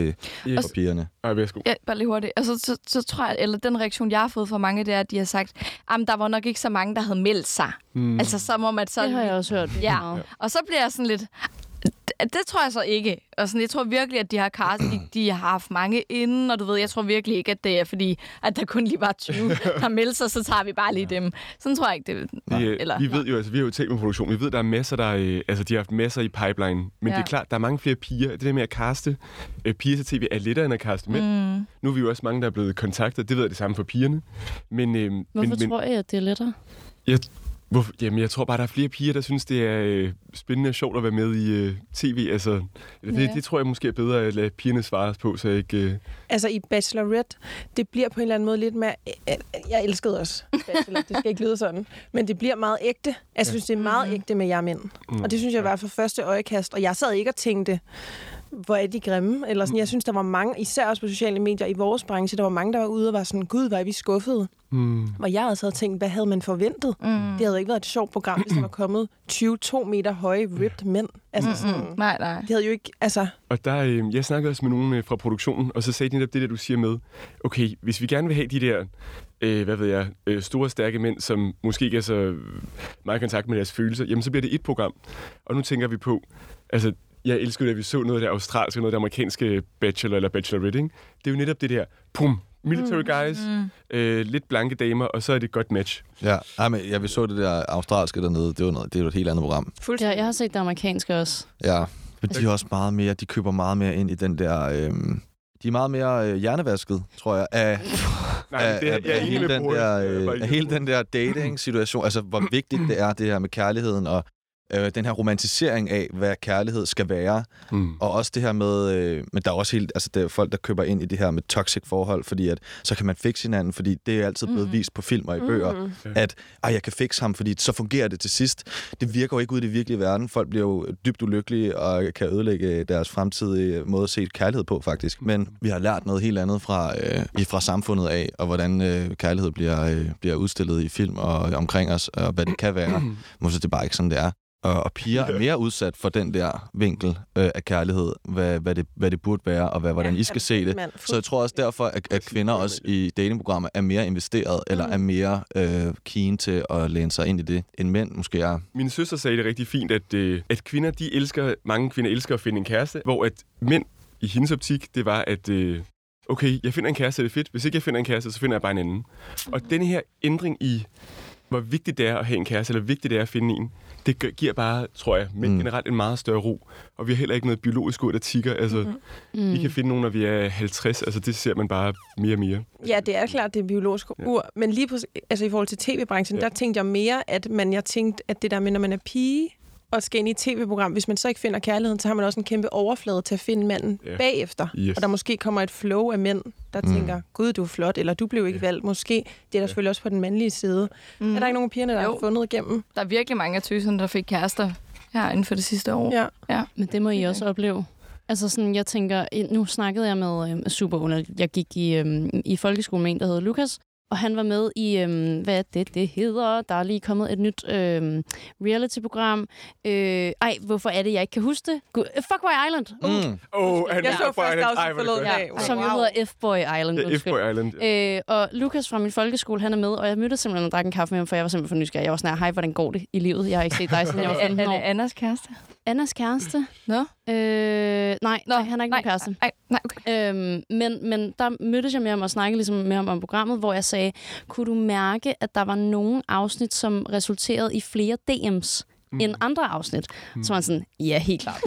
Ja. for pigerne. Ej, værsgo. Ja, bare lige hurtigt. Altså, så, så tror jeg, eller den reaktion, jeg har fået fra mange, det er, at de har sagt, at der var nok ikke så mange, der havde meldt sig. Mm. Altså, som om, at så... det har jeg også hørt. virkelig Ja, meget. og så bliver jeg sådan lidt... Det, det tror jeg så ikke. Og sådan, jeg tror virkelig, at de har cast, de, de har haft mange inden, og du ved, jeg tror virkelig ikke, at det er fordi, at der kun lige var 20, der meldte sig, så tager vi bare lige dem. Sådan tror jeg ikke, det Vi, øh, vi ved jo, altså, vi har jo talt med produktion, vi ved, der er masser, der øh, altså, de har haft masser i pipeline, men ja. Ja. det er klart, der er mange flere piger. Det der med at kaste øh, piger til tv er lettere end at kaste mænd. Mm. Nu er vi jo også mange, der er blevet kontaktet, det ved jeg det samme for pigerne. Men, øh, men, Hvorfor men tror jeg, at det er lettere? jeg, Hvorfor? Jamen, jeg tror bare, der er flere piger, der synes, det er øh, spændende og sjovt at være med i øh, tv. Altså, ja. det, Ja. det tror jeg måske er bedre at lade pigerne svare på, så jeg ikke... Øh, Altså i Bachelorette, det bliver på en eller anden måde lidt mere... øh, Jeg elskede også Bachelor, det skal ikke lyde sådan. Men det bliver meget ægte. Altså, Jeg synes, det er meget ægte med jer mænd. Mm. Og det synes jeg var fra første øjekast. Og jeg sad ikke og tænkte, hvor er de grimme? Eller Mm. sådan. Jeg synes, der var mange, især også på sociale medier i vores branche, der var mange, der var ude og var sådan, gud, hvor er vi skuffede. Mm. Hvor jeg også havde tænkt, hvad havde man forventet? Mm. Det havde ikke været et sjovt program, hvis der var kommet 22 meter høje, ripped mænd. Altså, sådan, nej, nej. Det havde jo ikke... Altså, Og der, øh, jeg snakkede også med nogen øh, fra produktionen, og så sagde de netop det der, du siger med, okay, hvis vi gerne vil have de der, øh, hvad ved jeg, øh, store, stærke mænd, som måske ikke er så øh, meget i kontakt med deres følelser, jamen så bliver det et program. Og nu tænker vi på, altså, jeg elskede, at vi så noget af det australske, noget af det amerikanske bachelor eller bachelorette, ikke? Det er jo netop det der, pum, military guys, mm. øh, lidt blanke damer, og så er det et godt match. Ja, Ej, men jeg vi så det der australske dernede, det, var noget, det er jo et helt andet program. Ja, jeg har set det amerikanske også. Ja, men de er også meget mere, de køber meget mere ind i den der... Øhm, de er meget mere øh, hjernevasket, tror jeg, af, Nej, af, det er- af, jeg af er enig hele med den Boris. der, Jeg er bare øh, enig af hele den der dating-situation. Altså, hvor vigtigt det er, det her med kærligheden, og øh, den her romantisering af, hvad kærlighed skal være. Mm. Og også det her med, øh, men der er også helt, altså, der er folk, der køber ind i det her med toxic forhold, fordi at, så kan man fikse hinanden, fordi det er altid blevet vist på film og i Mm. bøger, Mhm. at "Ej, jeg kan fikse ham, fordi så fungerer det til sidst. Det virker jo ikke ud i den virkelige verden. Folk bliver jo dybt ulykkelige og kan ødelægge deres fremtidige måde at se kærlighed på, faktisk. Men vi har lært noget helt andet fra, øh, i- fra samfundet af, og hvordan øh, kærlighed bliver, øh, bliver udstillet i film og omkring os, og hvad det kan være. Måske det er bare ikke sådan, det er. Og, og piger er mere udsat for den der vinkel øh, af kærlighed, hvad, hvad, det, hvad det burde være, og hvad, hvordan I skal se det. mand. Så altså, jeg tror også derfor, at, at kvinder også i datingprogrammer er mere investeret, eller Mm. er mere øh, keen til at læne sig ind i det, end mænd måske er. Min søster sagde det rigtig fint, at, øh, at kvinder, de elsker, mange kvinder elsker at finde en kæreste, hvor at mænd i hendes optik, det var, at øh, okay, jeg finder en kæreste, det er fedt. Hvis ikke jeg finder en kæreste, så finder jeg bare en anden. Og den her ændring i, hvor vigtigt det er at have en kæreste, eller vigtigt det er at finde en, det gør, giver bare, tror jeg, mænd mm. generelt en meget større ro. Og vi har heller ikke noget biologisk ur, der tigger. Altså, mm. Mm. Vi kan finde nogen, når vi er 50. Altså, det ser man bare mere og mere. Ja, det er klart, det er biologisk Ja. ja. ur. Men lige på, altså i forhold til tv-branchen, Ja. ja. der tænkte jeg mere, at man, jeg tænkte, at det der med, når man er pige og skal ind i et tv-program, hvis man så ikke finder kærligheden, så har man også en kæmpe overflade til at finde manden Ja. ja. bagefter. Yes. Og der måske kommer et flow af mænd, der Mm. mm. tænker, gud, du er flot, eller du blev ikke valgt, måske. Det er der selvfølgelig også på den mandlige side. Mm. Er der ikke nogen af pigerne, der jo. har fundet igennem? Der er virkelig mange af tøserne, der fik kærester her inden for det sidste år. Ja. ja. Men det må I også opleve. Altså sådan, jeg tænker, nu snakkede jeg med, øh, super underligt, jeg gik i, øh, i folkeskole med en, der hedder Lukas, og han var med i, øh, hvad er det, det hedder, der er lige kommet et nyt øh, reality-program. Øh, ej, hvorfor er det, jeg ikke kan huske det? Gud, øh, fuck Boy Island! Uh. Mm. Oh, han Jeg var så på første Island. afsnit Ej, hvor er det forleden godt. dag. Ja, som jo hedder F-Boy Island. Ja, undskyld. F-Boy Island, Øh, og Lukas fra min folkeskole, han er med, og jeg mødte simpelthen og drak en kaffe med ham, for jeg var simpelthen for nysgerrig. Jeg var sådan her, hej, hvordan går det i livet? Jeg har ikke set dig, siden jeg var Er det- 15 er år. det Annas kæreste? Annas kæreste? Nå? Øh, nej, Nå, han er ikke nej, nogen kæreste. Nej, nej, okay. Øhm, men, men der mødtes jeg med ham og snakkede ligesom med ham om programmet, hvor jeg sagde, kunne du mærke, at der var nogle afsnit, som resulterede i flere DM's Øh, mm. end andre afsnit? Mm. Så var han sådan, ja, helt klart.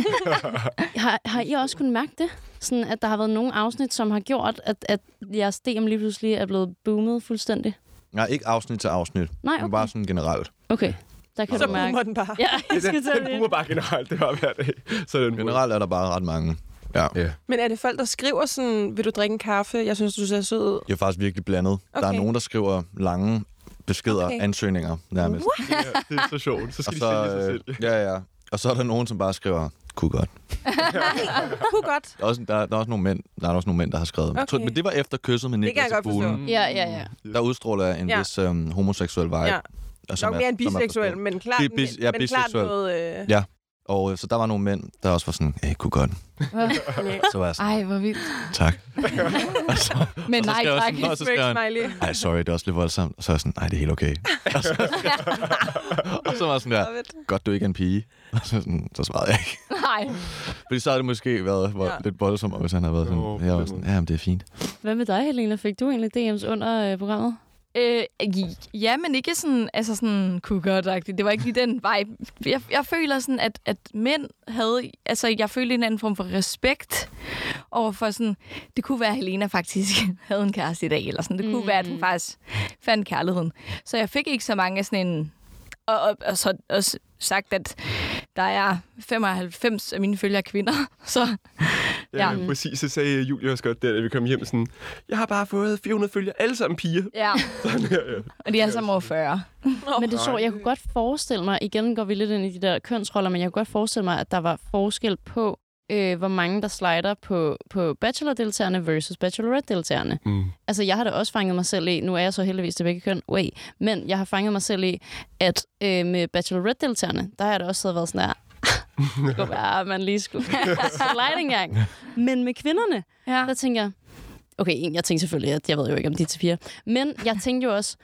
har, har I også kunnet mærke det? Sådan, at der har været nogle afsnit, som har gjort, at, at jeres DM lige pludselig er blevet boomet fuldstændig? Nej, ikke afsnit til afsnit. Nej, Men okay. bare sådan generelt. Okay, der kan Så du mærke. boomer den bare. Ja, jeg Det er skulle den, til at den sige. boomer bare generelt, det var hver dag. Så den generelt er der bare ret mange. Ja. Yeah. Men er det folk, der skriver sådan, vil du drikke en kaffe? Jeg synes, du ser sød ud. Det er faktisk virkelig blandet. Okay. Der er Okay. nogen, der skriver lange beskeder, okay. Okay. ansøgninger nærmest. Ja, det er så sjovt. Så skal og de sælge sig selv. øh, Ja, ja. Og så er der nogen, som bare skriver, kunne godt. Kunne godt. Der er, også, der, der er også nogle mænd, der er også nogle mænd, der har skrevet. Okay. Okay. Men det var efter kysset med Det kan Niklas jeg godt og Bulen. Mm. forstå. Ja, ja, ja. Der udstråler jeg en ja. Ja. vis øhm, homoseksuel vibe. Ja. og som Nok mere en som er biseksuel, forståelig. men klart, Det er bis, ja, men klart biseksuel. noget... Øh... Ja. Og øh, så der var nogle mænd, der også var sådan, jeg kunne godt. Så var jeg sådan, Ej, hvor vildt. tak. og så, Men og så nej, skrev jeg tak. sådan, "Nå," og så skrev han, Smiley. Ej, sorry, det er også lidt voldsomt. Og så er jeg sådan, nej, det er helt okay. Og så, og så var jeg sådan Love der, godt du ikke er en pige. Og så, sådan, så svarede jeg ikke. Nej. Fordi så havde det måske været ja. lidt voldsomt, hvis han havde været sådan. jeg var sådan, ja, men det er fint. Hvad med dig, Helena? Fik du egentlig DM's under øh, programmet? Øh, i- ja, men ikke sådan, altså sådan kunne godt -agtigt. Det var ikke lige den vibe. Jeg, jeg føler sådan, at, at mænd havde, altså jeg følte en anden form for respekt over for sådan, det kunne være, at Helena faktisk havde en kæreste i dag, eller sådan. Det kunne mm. være, at hun faktisk fandt kærligheden. Så jeg fik ikke så mange af sådan en, og, og, og så også sagt, at der er 95 af mine følgere kvinder. Så, Ja, ja. præcis. Så sagde Julie også godt der, da vi kom hjem sådan, jeg har bare fået 400 følgere, alle sammen piger. Ja. Sådan her, ja. og de er sammen over 40. Men det er sjovt, jeg kunne godt forestille mig, igen går vi lidt ind i de der kønsroller, men jeg kunne godt forestille mig, at der var forskel på, øh, hvor mange der slider på, på bachelor-deltagerne versus bachelorette-deltagerne. Mm. Altså, jeg har da også fanget mig selv i, nu er jeg så heldigvis til begge køn, wait, men jeg har fanget mig selv i, at øh, med bachelorette-deltagerne, der har jeg da også siddet og været sådan der, det kunne være, at man lige skulle slide en gang. Men med kvinderne, ja. der tænker jeg, okay, en, jeg tænkte selvfølgelig, at jeg ved jo ikke, om de er til piger, men jeg tænkte jo også,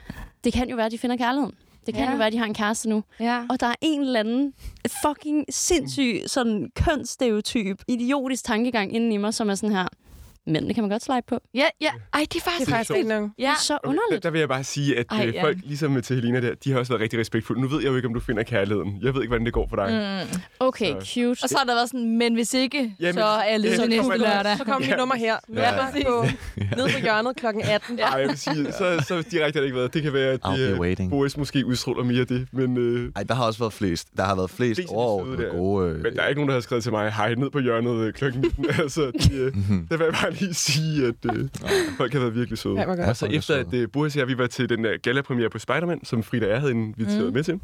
det kan jo være, at de finder kærligheden. Det kan ja. Ja. jo være, at de har en kæreste nu. Ja. Og der er en eller anden fucking sindssyg, sådan kønsstereotyp, idiotisk tankegang inden i mig, som er sådan her, mændene kan man godt slide på. Ja, ja. Ej, det er faktisk, Det er faktisk vildt nok. Ja. Det er så Der, underligt. der vil jeg bare sige, at Ej, Ej, ja. ja. folk, ligesom med til Helena der, de har også været rigtig respektfulde. Nu ved jeg jo ikke, om du finder kærligheden. Jeg ved ikke, hvordan det går for dig. Mm. Okay, Så- cute. Og så har der været sådan, men hvis ikke, ja, men, så er ja, det så ja, næste kommer- lørdag. Så kom mit nummer her. Ja. Ja. På, nede på hjørnet klokken 18. Ja. Ej, jeg vil sige, så, så direkte har det ikke været. Det kan være, at I'll be de, waiting. Boris måske udstråler mere af det, men... Øh, Ej, der har også været flest. Der har været flest Flest af de overordnet fede der. gode... Øh, men der er ikke nogen, der har skrevet til mig, hej, ned på hjørnet øh, klokken 19. altså, de, øh, Mhm. der vil jeg bare lige sige, at øh, folk har været virkelig søde. Ja, hvor godt. og så Folk er efter, at øh, Boris og jeg, vi var til den der gala-premiere på Spider-Man, som Frida og jeg havde inviteret Mm. mm. med til.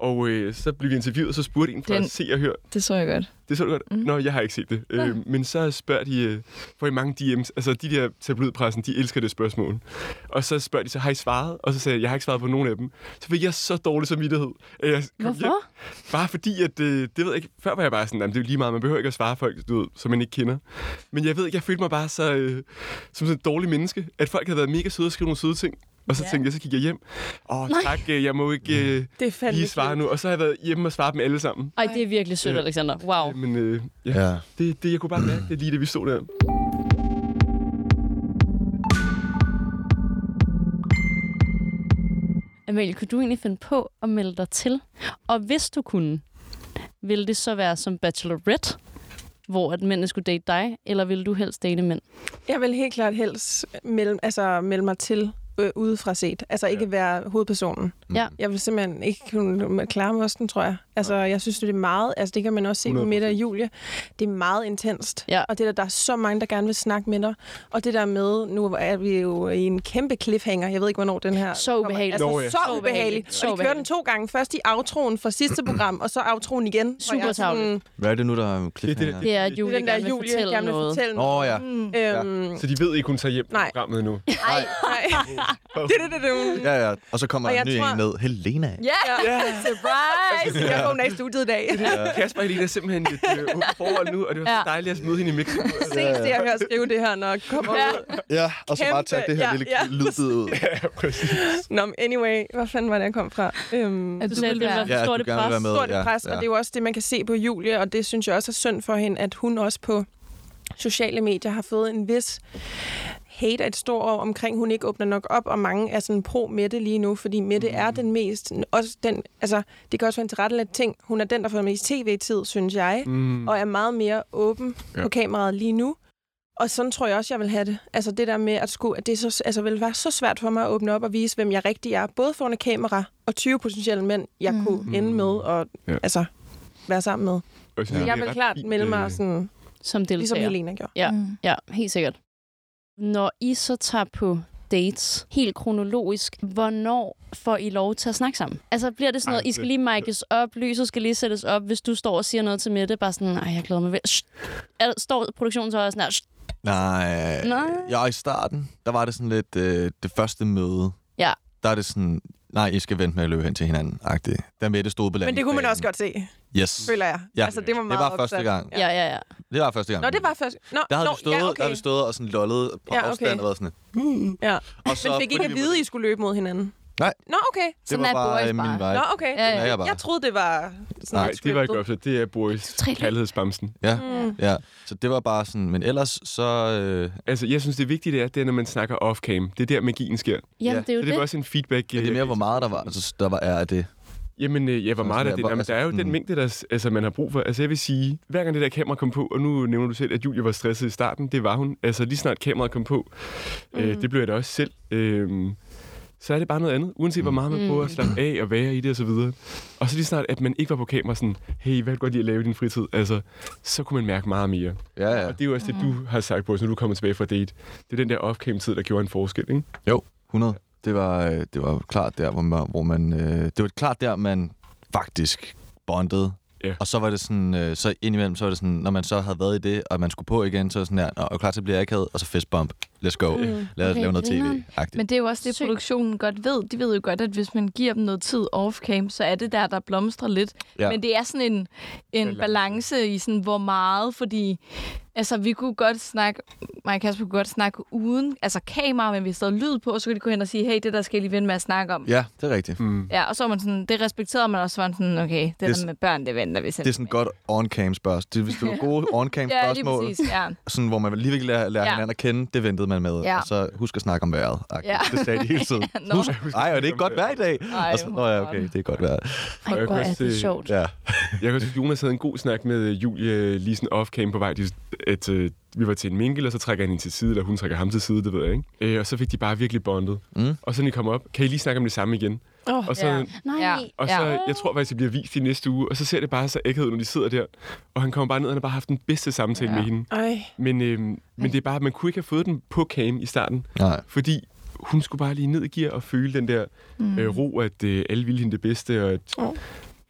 Og øh, så blev vi interviewet, og så spurgte en fra Den- Se og Hør, Det så jeg godt. Det så du godt? Mm. Nå, jeg har ikke set det. Ja. Øh, men så spørger de, øh, får I mange DM's? Altså, de der tabloidpressen, de elsker det spørgsmål. Og så spørger de så, har I svaret? Og så sagde jeg, jeg har ikke svaret på nogen af dem. Så fik jeg så dårlig samvittighed. at Jeg kom Hvorfor? Hjem, bare fordi, at øh, det ved jeg ikke. Før var jeg bare sådan, "Jamen, det er jo lige meget, man behøver ikke at svare folk, du ved, som man ikke kender. Men jeg ved ikke, jeg følte mig bare så, øh, som sådan et dårligt menneske, at folk havde været mega søde og skrive nogle søde ting. Og så tænkte jeg, så gik jeg hjem. Åh, tak, øh, jeg må ikke øh, Det er fandme lige svare nu. Og så har jeg været hjemme og svaret dem alle sammen. Ej, det er virkelig sødt, Ja. Alexander. Wow. Men øh, ja, Ja. ja. Det, det, jeg kunne bare mærke det lige, da vi stod der. Amalie, kunne du egentlig finde på at melde dig til? Og hvis du kunne, ville det så være som bachelorette, hvor at mændene skulle date dig, eller ville du helst date mænd? Jeg vil helt klart helst melde, altså, melde mig til øh, udefra set. Altså ikke være hovedpersonen. Mm. Ja. Jeg vil simpelthen ikke kunne klare mosten, tror jeg. Altså, jeg synes, det er meget... Altså, det kan man også se på 100%. middag i Julie. Det er meget intenst. Ja. Og det der, der er så mange, der gerne vil snakke med dig. Og det der med... Nu er vi jo i en kæmpe cliffhanger. Jeg ved ikke, hvornår den her... Så ubehageligt. Altså, Nå, no, så, ja. Så så ubehageligt. ubehageligt. Så Og de kører den ubehageligt. to gange. Først i outroen fra sidste program, og så outroen igen. hvor jeg er sådan, Supertavligt. Hvad er det nu, der er cliffhanger? Det er, at Julie Den der gerne vil Julie fortælle gerne vil noget. fortælle Nå noget. ja. Øhm, Så de ved ikke, hun tager hjem Nej. Nej. programmet endnu. Nej. Ja, ja. Og så kommer Og der en jeg ny tror- en ned. Helena. Ja, Ja. surprise! Jeg vågner i studiet i dag. Kasper og Helena er simpelthen et øh, åbent forhold nu, og det var Ja. så dejligt at møde hende i Mexico. Ses det, jeg hører skrive det her, når jeg kommer Ja. ud. Ja, og så bare Kæmpe- tage det her ja, lille ja. lydbid ud. Ja, præcis. Nå, men anyway, hvor fanden var det, jeg kom fra? Øhm, At Du du sagde, at vil det var være- Ja, for at stort du et gerne vil pres. være med. stort ja, ja, pres, ja. ja. og det er jo også det, man kan se på Julie, og det synes jeg også er synd for hende, at hun også på sociale medier har fået en vis hate af et stort år omkring, hun ikke åbner nok op, og mange er sådan pro Mette lige nu, fordi Mette mm. er den mest, også den, altså, det kan også være en tilrettelagt ting. Hun er den, der får mest tv-tid, synes jeg, mm. og er meget mere åben ja. på kameraet lige nu. Og sådan tror jeg også, jeg vil have det. Altså det der med, at, skulle, at det så, altså, ville være så svært for mig at åbne op og vise, hvem jeg rigtig er. Både foran et kamera og 20 potentielle mænd, jeg mm. kunne ende med og ja. Ja. altså, være sammen med. Og Ja. Jeg vil klart melde øh, øh, mig sådan, Som ligesom deltager. Helena gjorde. Ja, Mm. ja, helt sikkert. Når I så tager på dates, helt kronologisk, hvornår får I lov til at snakke sammen? Altså bliver det sådan Ej, noget, I skal det- lige mic'es op, lyset skal lige sættes op, hvis du står og siger noget til Mette, bare sådan, nej, jeg glæder mig vel. Står produktionen så også sådan her, "Shh." Nej. Nej. Ja, i starten, der var det sådan lidt øh, det første møde. Ja. Der er det sådan, nej, I skal vente med at løbe hen til hinanden. -agtigt. Der Mette stod på Men det kunne man også godt se, godt. Yes. føler jeg. Ja, altså, det var, det meget var første opsat. gang. ja, ja, ja. Det var første gang. Nå, det var første... Nå, Der havde, nå, vi stået, ja, der okay. havde vi stået og sådan lollet på Ja, okay. afstand og været sådan. Ja. Og Men fik I ikke fordi at vi- vide, I skulle løbe mod hinanden? Nej. Nå, okay. Det Sådan var er bare Boris øh, min bare. vej. Nå, okay. Ja, ja. Jeg troede, det var sådan Nej, det var scriptet. ikke Mm. godt, for det er Boris tre, fire. kærlighedsbamsen. Ja, ja. Så det var bare sådan, men ellers så... Øh, Altså, jeg synes, det vigtige det er, det er, når man snakker off-cam. Det er der, magien sker. Jamen, Ja, det er jo Så det det. var også en feedback. ja, det er øh, mere, hvor meget der var, altså, der var er af det. Jamen, øh, ja, hvor Så meget sådan er det? der, Jamen, altså, der er jo mm. den mængde, der, s- altså, man har brug for. Altså, jeg vil sige, hver gang det der kamera kom på, og nu nævner du selv, at Julie var stresset i Mm. starten, det var hun. Altså, lige snart kameraet kom på, øh, det blev jeg da også selv. Øh, så er det bare noget andet, uanset hvor meget man Mm. prøver at slappe af og være i det og så videre. Og så lige snart, at man ikke var på kamera sådan, hey, hvad går de at lave i din fritid? Altså, så kunne man mærke meget mere. Ja, ja. Og det er jo også det, du har sagt på, når du kommer tilbage fra date. Det er den der off-cam-tid, der gjorde en forskel, ikke? Jo, 100. Det var, øh, det var klart der, hvor man... Hvor man øh, det var klart der, man faktisk bondede. Yeah. Og så var det sådan, øh, så indimellem, så var det sådan, når man så havde været i det, og man skulle på igen, så var det sådan her, "Nå, er du klar til at blive akavet, og så fistbump, let's go, Mm. mm. lad os Okay, lave noget tv. grineren. Men det er jo også det, produktionen godt ved. De ved jo godt, at hvis man giver dem noget tid off-cam, så er det der, der blomstrer lidt. Ja. Ja. Men det er sådan en, en balance i, sådan, hvor meget, fordi altså, vi kunne godt snakke, mig og Kasper kunne godt snakke uden altså, kamera, men vi havde lyd på, og så kunne de gå hen og sige, hey, det der skal jeg lige vende med at snakke om. Ja, det er rigtigt. Mm. Ja, og så var man sådan, det respekterede man også, så var man sådan, okay, det, Det er det der s- med børn, det venter vi selv. Det er sådan et godt on-cam spørgsmål. Det, hvis det var gode on-cam Ja, lige spørgsmål, præcis, ja. sådan, hvor man lige virkelig lærer, lærer Ja. ja. hinanden at kende, det ventede man med. Ja. Ja. Og så husk at snakke om vejret. Ja. Ja. Det sagde de hele tiden. Ja, nå. Husk, ej, og det er ikke godt vejr i dag. Ej, og så, Nå ja, okay, det er godt vejr. Og jeg hvor kan er også, det øh, sjovt. Ja. jeg kan også huske, Jonas havde en god snak med øh, Julie lige sådan off-cam på vej. De, at, øh, vi var til en minkel, og så trækker han hende til side, eller hun trækker ham til side, det ved jeg ikke. Øh, og så fik de bare virkelig bondet. Mm. Og så når de kom op, kan I lige snakke om det samme igen? Åh, og så, ja. Nej. Og så, Ja. jeg tror faktisk, det bliver vist i næste uge, og så ser det bare så ægget ud, når de sidder der. Og han kommer bare ned, og han har bare haft den bedste samtale ja. med hende. Ej. Men, øhm, men det er bare, at man kunne ikke have fået den på cam i starten. Nej. Fordi hun skulle bare lige ned i gear og føle den der Mm. mm. øh, ro, at øh, alle ville hende det bedste, og at, Åh. oh.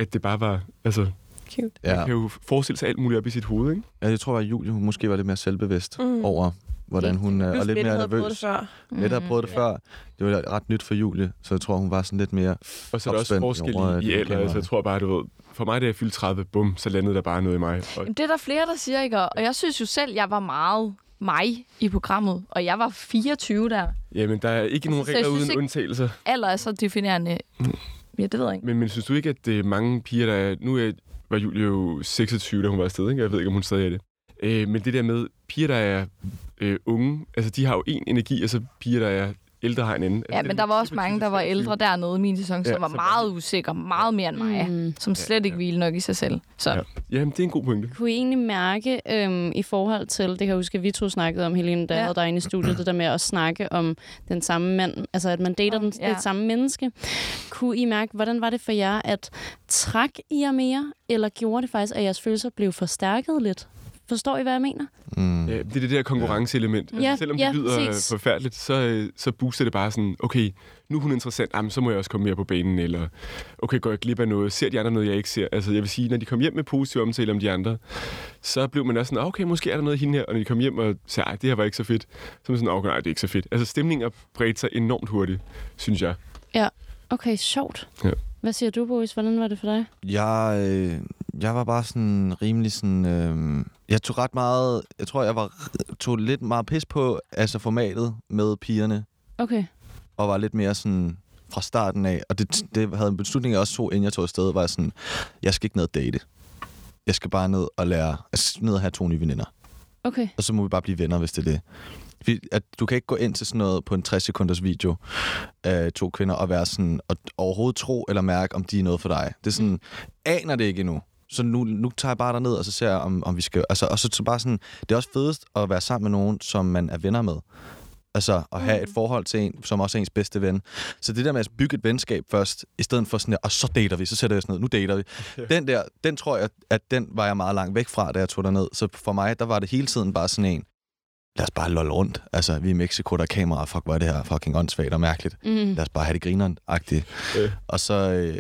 at det bare var... Altså, Cute. ja. Ja. Man kan jo forestille sig alt muligt op i sit hoved, ikke? Ja, altså, jeg tror, at Julie hun måske var lidt mere selvbevidst Mm. mm. over, hvordan hun øh, Plus og lidt Mette mere havde prøvet nervøs. det før. Mette Mm. har prøvet det før. Det var ret nyt for Julie, så jeg tror, hun var sådan lidt mere Og så er der også opspændt forskel over, i, i øh, alder. Altså, jeg kameraet. tror bare, du ved, for mig, da jeg fyldte 30, bum, så landede der bare noget i mig. Og, Jamen, det er der flere, der siger, ikke? Og jeg synes jo selv, jeg var meget mig i programmet, og jeg var 24 der. jamen, der er ikke nogen Altså, så jeg regler synes uden ikke- undtagelser. Alder er så definerende. Mm. Ja, det ved jeg ikke. Men, men synes du ikke, at det er mange piger, der er... Nu er, var Julie jo 26, da hun var afsted, ikke? Jeg ved ikke, om hun stadig er det. Øh, men det der med, piger, der er øh, unge, altså de har jo én energi, og så piger, der er ældre, har en anden. Altså, Ja, det men der var også mange, der var ældre dernede i min sæson, som Ja, var så- meget usikre, meget mere end Mm. mig, Mm. som slet ikke ville nok i sig selv. Så. Ja. Jamen, det er en god pointe. kunne I egentlig mærke øhm, i forhold til, det kan jeg huske, at vi to snakkede om, Helene, der Ja. ja. havde dig inde i studiet, det der med at snakke om den samme mand, altså at man dater den, ja. ja. det samme menneske. Kunne I mærke, hvordan var det for jer, at træk I jer mere, eller gjorde det faktisk, at jeres følelser blev forstærket lidt? Forstår I, hvad jeg mener? Mm. Ja, Øh, det er det der konkurrenceelement. Ja. Ja, Altså, selvom det ja, lyder præcis. forfærdeligt, så, øh, så booster det bare sådan, okay, nu er hun interessant, jamen, så må jeg også komme mere på banen, eller okay, går jeg glip af noget, ser de andre noget, jeg ikke ser? Altså, jeg vil sige, når de kom hjem med positive omtale om de andre, så blev man også sådan, "Ah, okay, måske er der noget i hende her, og når de kom hjem og sagde, "Ej, det her var ikke så fedt, så var man sådan, okay, nej, det er ikke så fedt. Altså, stemninger bredte sig enormt hurtigt, synes jeg. Ja. Okay, sjovt. Ja. Hvad siger du, Boris? Hvordan var det for dig? Jeg, øh, jeg var bare sådan rimelig sådan... Øh, jeg tog ret meget... Jeg tror, jeg var, tog lidt meget pis på altså formatet med pigerne, Okay. og var lidt mere sådan fra starten af. Og det, det havde en beslutning, jeg også tog, inden jeg tog afsted, var jeg sådan, jeg skal ikke ned og date. Jeg skal bare ned og lære... Jeg skal ned og have to nye veninder. Okay. Og så må vi bare blive venner, hvis det er det. Fordi At du kan ikke gå ind til sådan noget på en 60-sekunders video af to kvinder og være sådan, og overhovedet tro eller mærke, om de er noget for dig. Det er sådan, aner det ikke endnu. Så nu, nu tager jeg bare derned, og så ser jeg, om, om vi skal... Altså, og så, så bare sådan, det er også fedest at være sammen med nogen, som man er venner med. Altså at have et forhold til en, som også er ens bedste ven. Så det der med at bygge et venskab først, i stedet for sådan der, og så dater vi, så sætter jeg sådan noget, nu dater vi. Den der, den tror jeg, at den var jeg meget langt væk fra, da jeg tog derned. Så for mig, der var det hele tiden bare sådan en, lad os bare lolle rundt. Altså, vi er i Mexico, der er kamera, fuck, hvor er det her fucking åndssvagt og mærkeligt. Mm. Lad os bare have det grineren-agtigt. Øh. Og så, øh,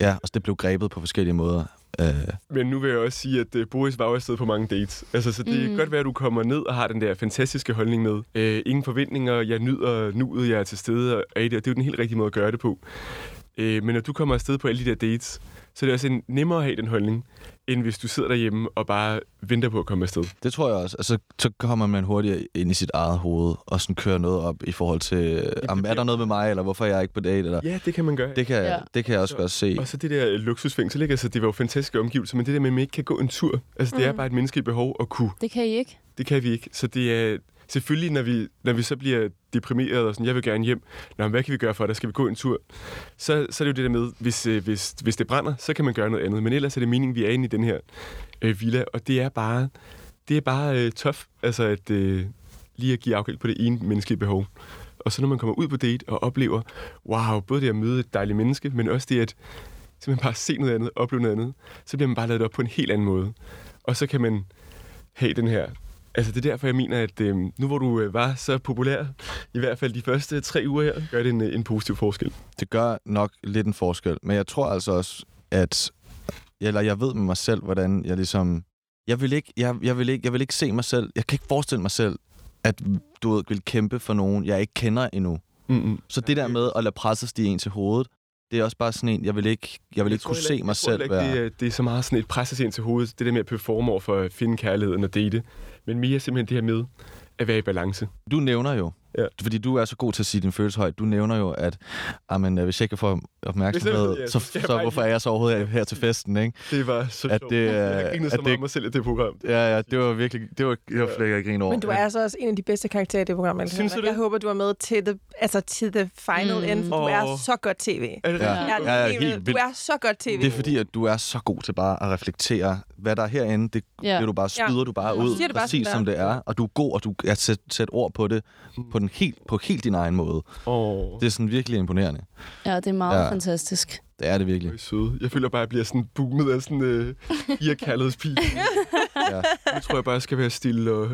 ja, og så det blev grebet på forskellige måder. Øh, Men nu vil jeg også sige, at øh, Boris var jo afsted på mange dates. Altså, så det mm. Mm. kan godt være, at du kommer ned og har den der fantastiske holdning med. Øh, ingen forventninger, jeg nyder nuet, jeg er til stede og er i det, og det er jo den helt rigtige måde at gøre det på. Øh, men når du kommer afsted på alle de der dates, så er det også en nemmere at have den holdning, end hvis du sidder derhjemme og bare venter på at komme afsted. det tror jeg også. Altså, så kommer man hurtigere ind i sit eget hoved, og sådan kører noget op i forhold til, jamen, er der noget med mig, eller hvorfor er jeg ikke på date? Eller, Ja, det kan man gøre. det, kan, Ja. ja. det kan jeg også godt se. Og så det der øh, luksusfængsel, ikke? Altså, det var jo fantastiske omgivelser, men det der med, at man ikke kan gå en tur, altså, det er bare et menneskeligt behov at kunne Det kan I ikke. Det kan vi ikke. Så det er selvfølgelig, når vi, når vi så bliver deprimeret og sådan, jeg vil gerne hjem, Nå, men hvad kan vi gøre for dig? Skal vi gå en tur? Så, så er det jo det der med, hvis, øh, hvis, hvis det brænder, så kan man gøre noget andet. Men ellers er det meningen, vi er inde i den her øh, villa, og det er bare, det er bare øh, tough, altså at øh, lige at give afkald på det ene menneskelige behov. Og så når man kommer ud på date og oplever, wow, både det at møde et dejligt menneske, men også det at simpelthen bare se noget andet, opleve noget andet, så bliver man bare lavet op på en helt anden måde. Og så kan man have den her Altså, det er derfor, jeg mener, at øh, nu hvor du øh, var så populær, i hvert fald de første tre uger her, gør det en, øh, en positiv forskel. Det gør nok lidt en forskel, men jeg tror altså også, at eller jeg ved med mig selv, hvordan jeg ligesom... Jeg vil ikke, jeg, jeg vil ikke, jeg vil ikke se mig selv. Jeg kan ikke forestille mig selv, at du ved, vil kæmpe for nogen, jeg ikke kender endnu. Mm-hmm. Mm, Så det der med at lade presset stige en til hovedet, det er også bare sådan en, jeg vil ikke, jeg vil ikke tror kunne heller se mig jeg tror selv heller være... ikke, Det, er- det er så meget sådan et presses ind til hovedet, det der med at performe over for at finde kærligheden og date. Men mere simpelthen det her med at være i balance. Du nævner jo, ja. fordi du er så god til at sige din følelse højt, du nævner jo, at amen, hvis jeg ikke får opmærksomhed, Hvis jeg- ja, så, så skal så, jeg så bare hvorfor er jeg så overhovedet her til festen, ikke? Det var så at sjovt. det, øh, jeg grinede så at meget det... mig selv i det program. Ja, ja, det var virkelig, det var, det var flere, jeg grinede over. Men du er altså også en af de bedste karakterer i det program, Alex. Synes du Jeg håber, du er med til the, altså, til the final Mm. mm. end, for du er Åh. så godt tv. Er det Ja. Ja, Ja, ja, helt vildt. helt du vildt. er så godt tv. Det er fordi, at du er så god til bare at reflektere, hvad der er herinde, det Ja. ja. bliver du bare, Ja. skyder ja. du bare Og ud, siger det bare, præcis som som det det er, og du er god, og du er sæt, sæt ord på det på, den helt, på helt din egen måde. Oh. Det er sådan virkelig imponerende. Ja, det er meget ja. Ja. fantastisk. Det er det virkelig. Det er søde. Jeg føler bare, at jeg bliver sådan boomet af sådan øh, i af kærlighedspil. ja. Nu tror jeg bare, jeg skal være stille og,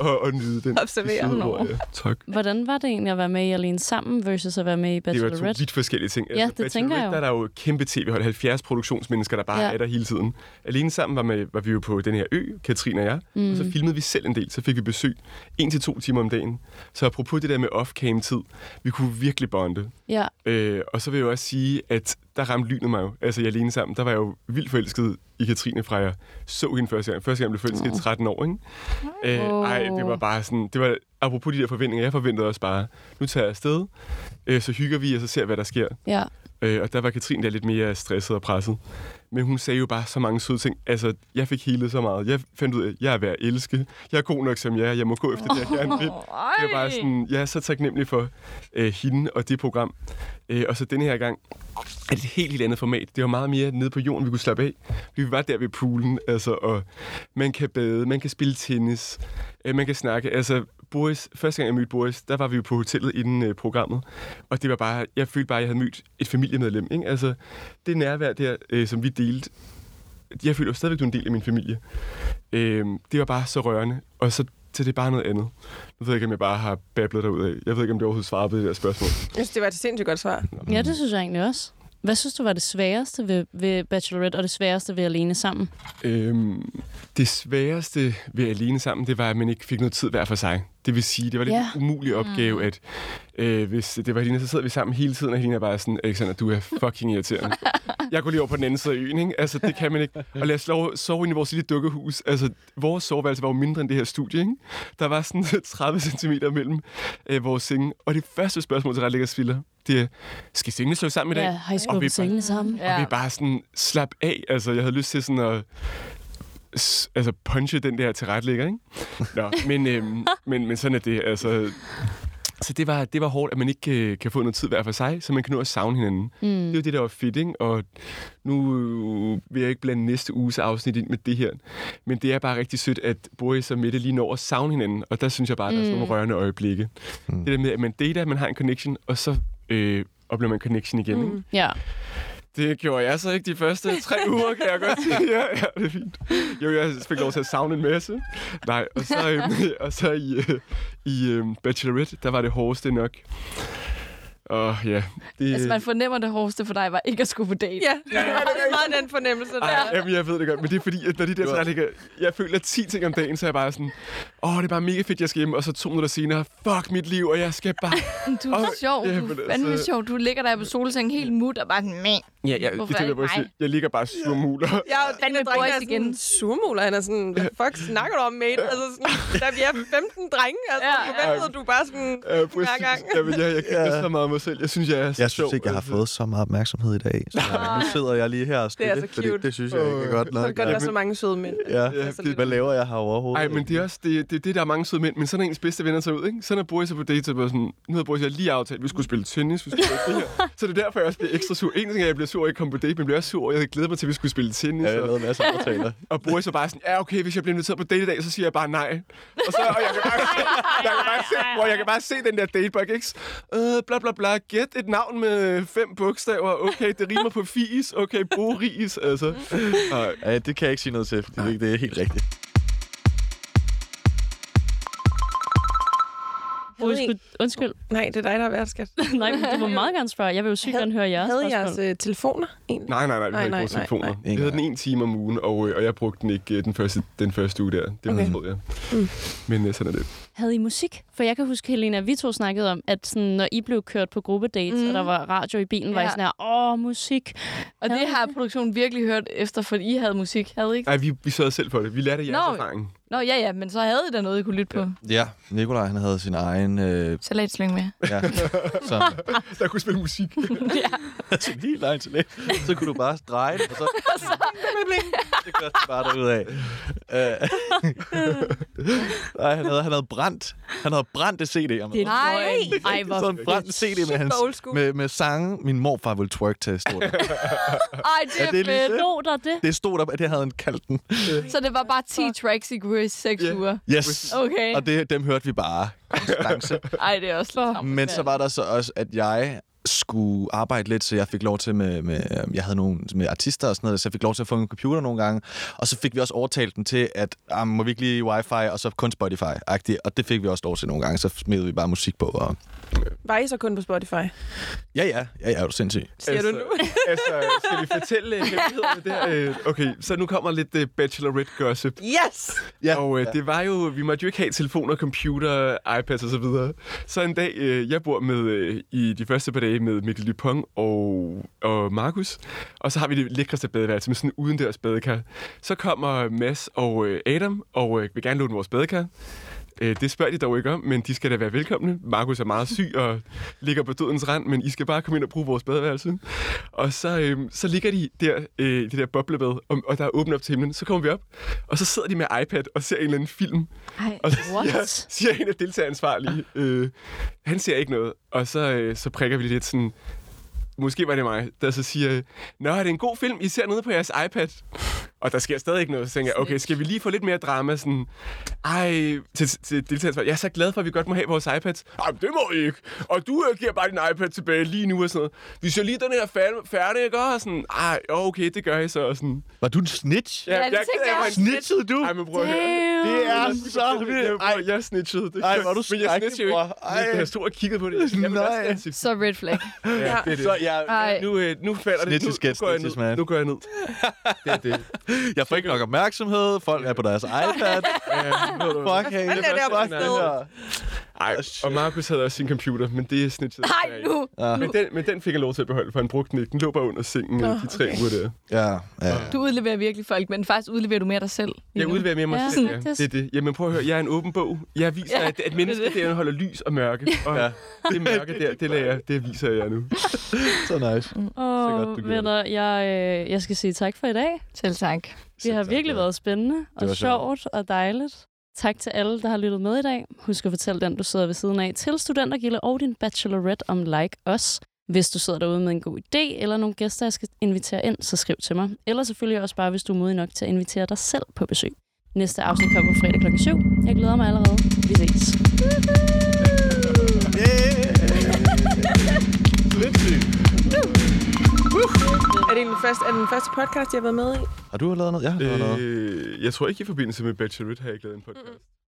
og, og nyde den. de Observere. søde Nå. ord, ja. Tak. Hvordan var det egentlig at være med i Alene Sammen versus at være med i Det var Bachelorette? to vidt forskellige ting. Altså, Ja, det tænker jeg jo. Der er der jo kæmpe tv-hold, 70 produktionsmennesker, der bare Ja. ja. er der hele tiden. Alene sammen var, med, var vi jo på den her ø, Katrine og jeg, Mm. mm. og så filmede vi selv en del, så fik vi besøg en til to timer om dagen. Så apropos det der med off-cam tid, vi kunne virkelig bonde. Ja. Øh, og så vil jeg også sige, at der ramte lynet mig jo. Altså, jeg alene sammen, der var jeg jo vildt forelsket i Katrine, fra jeg så hende første gang. Første gang blev jeg forelsket i 13 år, ikke? Øh, ej, det var bare sådan, det var, apropos de der forventninger, jeg forventede også bare, nu tager jeg afsted, øh, så hygger vi, og så ser hvad der sker. Ja. Øh, og der var Katrine der lidt mere stresset og presset. Men hun sagde jo bare så mange søde ting. Altså, jeg fik helet så meget. Jeg fandt ud af, at jeg er værd at elske. Jeg er god nok som jeg er. Jeg må gå efter det, jeg gerne vil. Jeg er bare sådan, jeg er så taknemmelig for øh, hende og det program. Øh, og så denne her gang er det et helt, helt andet format. Det var meget mere nede på jorden, vi kunne slappe af. Vi var der ved poolen, altså, og man kan bade, man kan spille tennis, øh, man kan snakke. Altså, Boris, første gang jeg mødte Boris, der var vi jo på hotellet inden øh, programmet, og det var bare, jeg følte bare, at jeg havde mødt et familiemedlem, ikke? Altså, det nærvær der, øh, som vi delte, jeg føler jo stadigvæk, du er en del af min familie. Øh, det var bare så rørende, og så til det er bare noget andet. Nu ved jeg ikke, om jeg bare har bablet derud af. Jeg ved ikke, om det overhovedet svarede på det der spørgsmål. Jeg synes, det var et sindssygt godt svar. Mm. Ja, det synes jeg egentlig også. Hvad synes du var det sværeste ved, ved Bachelorette, og det sværeste ved Alene Sammen? Øhm, det sværeste ved alene sammen, det var, at man ikke fik noget tid hver for sig. Det vil sige, det var lidt Ja. Mm. ja. en umulig opgave, at øh, hvis det var Helena, så sidder vi sammen hele tiden, og Helena er bare sådan, Alexander, du er fucking irriterende. Jeg går lige over på den anden side af øen, ikke? Altså, det kan man ikke. Og lad os lov, sove inde i vores lille dukkehus. Altså, vores soveværelse var jo mindre end det her studie, ikke? Der var sådan 30 cm mellem øh, vores senge. Og det første spørgsmål til retlægger Sviller, det er, skal sengene slå sammen i dag? Ja, har I Og vi skubbet bare- sengene sammen? og vi bare sådan, slap af. Altså, jeg havde lyst til sådan at s- altså punche den der tilretlægger, ikke? Nå, men, øhm, men, men sådan er det, altså... Så det var, det var hårdt, at man ikke øh, kan, kan få noget tid hver for sig, så man kan nå at savne hinanden. Mm. Det er jo det, der var fedt, ikke? Og nu øh, vil jeg ikke blande næste uges afsnit ind med det her. Men det er bare rigtig sødt, at Boris og Mette lige når at savne hinanden, og der synes jeg bare, at der er sådan Mm. nogle rørende øjeblikke. Mm. Det der med, at man dater, man har en connection, og så øh, oplever man connection igen, mm. ikke? Ja. Det gjorde jeg så ikke de første tre uger, kan jeg godt sige. Ja, ja, det er fint. Jo, jeg fik lov til at savne en masse. Nej, og så, øhm, og så i, øh, i øhm, Bachelorette, der var det hårdeste nok. Og ja, det... øh, Altså, man fornemmer det hårdeste for dig, var ikke at skulle på date. Ja, det er meget den fornemmelse der. Ej, jamen, jeg ved det godt, men det er fordi, at når de der trælinger, jeg føler 10 ting om dagen, så er jeg bare sådan, åh, det er bare mega fedt, jeg skal hjem, og så to minutter senere, fuck mit liv, og jeg skal bare... Du er Og- sjov, Jamen, du er fandme altså- sjov. Du ligger der på solsengen helt mut og bare sådan, meh. Ja, ja, Hvorfor det, er det, det jeg, bare mig? sige. jeg ligger bare surmuler. Jeg er Fandme den dreng, Boris der er igen. sådan surmuler. Han er sådan, hvad fuck snakker du om, mate? Altså, sådan, der vi er 15 drenge, altså, ja, ja. du er bare sådan Ja, hver præcis. gang. Jamen, jeg, jeg kan ja. så meget mig selv. Jeg synes, jeg er altså. Jeg synes ikke, jeg har fået så meget opmærksomhed i dag. Så Nej. nu sidder jeg lige her og Det er skal så det, fordi cute. det synes jeg ikke er godt Så er nok. det godt, der er så Ja. mange søde mænd. Ja, det, hvad laver jeg her overhovedet? Nej, men det er også det, det, er det, der er mange søde mænd, men sådan er ens bedste venner så ud, ikke? Sådan er Boris og på date, så var sådan, nu havde Boris og jeg lige aftalt, vi skulle spille tennis, vi skulle spille det her. Så det er derfor, jeg også bliver ekstra sur. En ting er, at jeg bliver sur over, at jeg kom på date, men jeg bliver også sur over, at jeg havde glædet mig til, at vi skulle spille tennis. Ja, jeg lavede en masse aftaler. Og Boris var bare sådan, ja, okay, hvis jeg bliver inviteret på date i dag, så siger jeg bare nej. Og så, og jeg kan bare, jeg kan bare se, hvor jeg kan bare se den der datebug, ikke? Øh, bla bla bla, gæt et navn med fem bogstaver, okay, det rimer på fis, okay, Boris, altså. Ja, det kan jeg ikke sige noget til, fordi det, det er helt rigtigt. Boris, gud- undskyld. Nej, det er dig, der er værd, skat. Nej, men du må meget gerne spørge. Jeg vil jo sygt gerne høre jeres Havde I jeres spørgsmål. øh, telefoner egentlig? Nej, nej, nej, vi Nej, har ikke nej, brugt nej, telefoner. nej. Nej, nej. Vi havde den en time om ugen, og, øh, og jeg brugte den ikke øh, den første, den første uge der. Det Okay. okay. jeg. Mm. Men øh, sådan er det. Havde I musik? For jeg kan huske, Helena, vi to snakkede om, at sådan, når I blev kørt på gruppedates, mm. og der var radio i bilen, ja. var I Ja. sådan her, åh, musik. Og det har produktionen virkelig hørt efter, fordi I havde musik, havde I ikke? Nej, vi, vi sad selv for det. Vi lærte af jeres Nå. erfaring. Nå, ja, ja, men så havde I da noget, I kunne lytte på. Ja, Nikolaj han havde sin egen... Øh, Salatslyng med. ja, som, Ah. der kunne spille musik. sin helt egen talent. Så kunne du bare dreje det, og så det kørte det bare derud af. Nej, han havde, han havde brændt. Han havde brændt det CD. om Det er noget. løgn. Ej, hvor Sådan en brændt CD med, hans, med, med sange. Min morfar ville twerk til, stod der. Ej, det Er er, det lige fedt. Øh. det? Lå der det? Det stod der, at det havde han kaldt den. Så det var bare 10 tracks, I kunne høre i 6 yeah. uger? Yes. Okay. Og det, dem hørte vi bare. Konstance. Ej, det er også lidt travlt. Men så var der så også, at jeg skulle arbejde lidt, så jeg fik lov til med, med øhm, jeg havde nogle med artister og sådan noget, så jeg fik lov til at få en computer nogle gange, og så fik vi også overtalt den til, at ah, må vi ikke lige wifi, og så kun Spotify-agtigt, og det fik vi også lov til nogle gange, så smed vi bare musik på, og Var I så kun på Spotify? ja, ja, ja, ja, er du sindssyg. Siger du nu? altså, skal vi fortælle øh, hemmelighederne der? Øh, okay, så nu kommer lidt øh, bachelorette gossip. Yes! Ja, og øh, det var jo, vi måtte jo ikke have telefoner, computer, iPads og så videre. Så en dag, øh, jeg bor med øh, i de første par dage med Mikkel Dupont og, og Markus, og så har vi det lækreste badeværelse med sådan en udendørs badekar. Så kommer Mads og øh, Adam og øh, vil gerne låne vores badekar. Øh, det spørger de dog ikke om, men de skal da være velkomne. Markus er meget syg og ligger på dødens rand, men I skal bare komme ind og bruge vores badeværelse. Og så, øh, så ligger de der, øh, i det der boblebad, og, og der er åbent op til himlen. Så kommer vi op, og så sidder de med iPad og ser en eller anden film. Ej, og så what? Siger, siger en af deltageransvarlige, øh, han ser ikke noget. Og så, øh, så prikker vi lidt sådan, måske var det mig, der så siger, Nå, er det en god film, I ser nede på jeres iPad? Og der sker stadig ikke noget, så tænker jeg, okay, skal vi lige få lidt mere drama? Sådan, ej, til, til deltagerne, jeg er så glad for, at vi godt må have vores iPads. Ej, men det må I ikke. Og du øh, giver bare din iPad tilbage lige nu og sådan noget. Vi ser lige den her fal- færdig, ikke? Og sådan, ej, okay, det gør jeg så. Og sådan, Var du en snitch? Ja, jeg, tænkte jeg, jeg, jeg var en også. Snitchede du? Ej, men prøv at høre. Ah. Det er så Jeg, vildt. Ej, jeg, jeg snitchede. Det Ej, hvor er du Men jeg skrækkelig, snitchede jo ikke. bror. Ej. Jeg stod og kiggede på det. Jeg vil også Nej. gerne sige, Så red flag. ja, det er det. så jeg, Ej, Nu, øh, nu falder det. Nu, Snitches get nu går jeg snitches, ned. man. Nu går jeg ned. Det er det. jeg får ikke nok opmærksomhed, folk er på deres iPad. Fuck, hey, Han er der på stedet. Ej, og Markus havde også sin computer, men det er snitchet. Nej, nu. Men den, men den fik han lov til at beholde, for han brugte den ikke. Den lå bare under sengen øh, de tre uger der. Ja, ja. Du udleverer virkelig folk, men faktisk udleverer du mere dig selv. lige Jeg nu. udvælger mere mig Ja, ja, selv, ja. faktisk. Det er det. Jamen prøv at høre, jeg er en åben bog. Jeg viser, ja, at, at mennesket det indeholder lys og mørke. Og ja. det mørke der, det, lader jeg, det viser jeg nu. Så nice. godt, du Åh, gjorde venner, jeg, øh, jeg skal sige tak for i dag. Selv tak. Det har tak, virkelig ja. været spændende og var sjovt. sjovt og dejligt. Tak til alle, der har lyttet med i dag. Husk at fortælle den, du sidder ved siden af, til Studentergilde og din bachelorette om Like Us. Hvis du sidder derude med en god idé eller nogle gæster, jeg skal invitere ind, så skriv til mig. Eller selvfølgelig også bare, hvis du er modig nok til at invitere dig selv på besøg. Næste afsnit kommer på fredag kl. 7. Jeg glæder mig allerede. Vi ses. Er det egentlig først, er det den første podcast, jeg har været med i? Har du lavet noget? Jeg har lavet noget. Øh, jeg tror ikke i forbindelse med Bachelorette har jeg ikke lavet en podcast.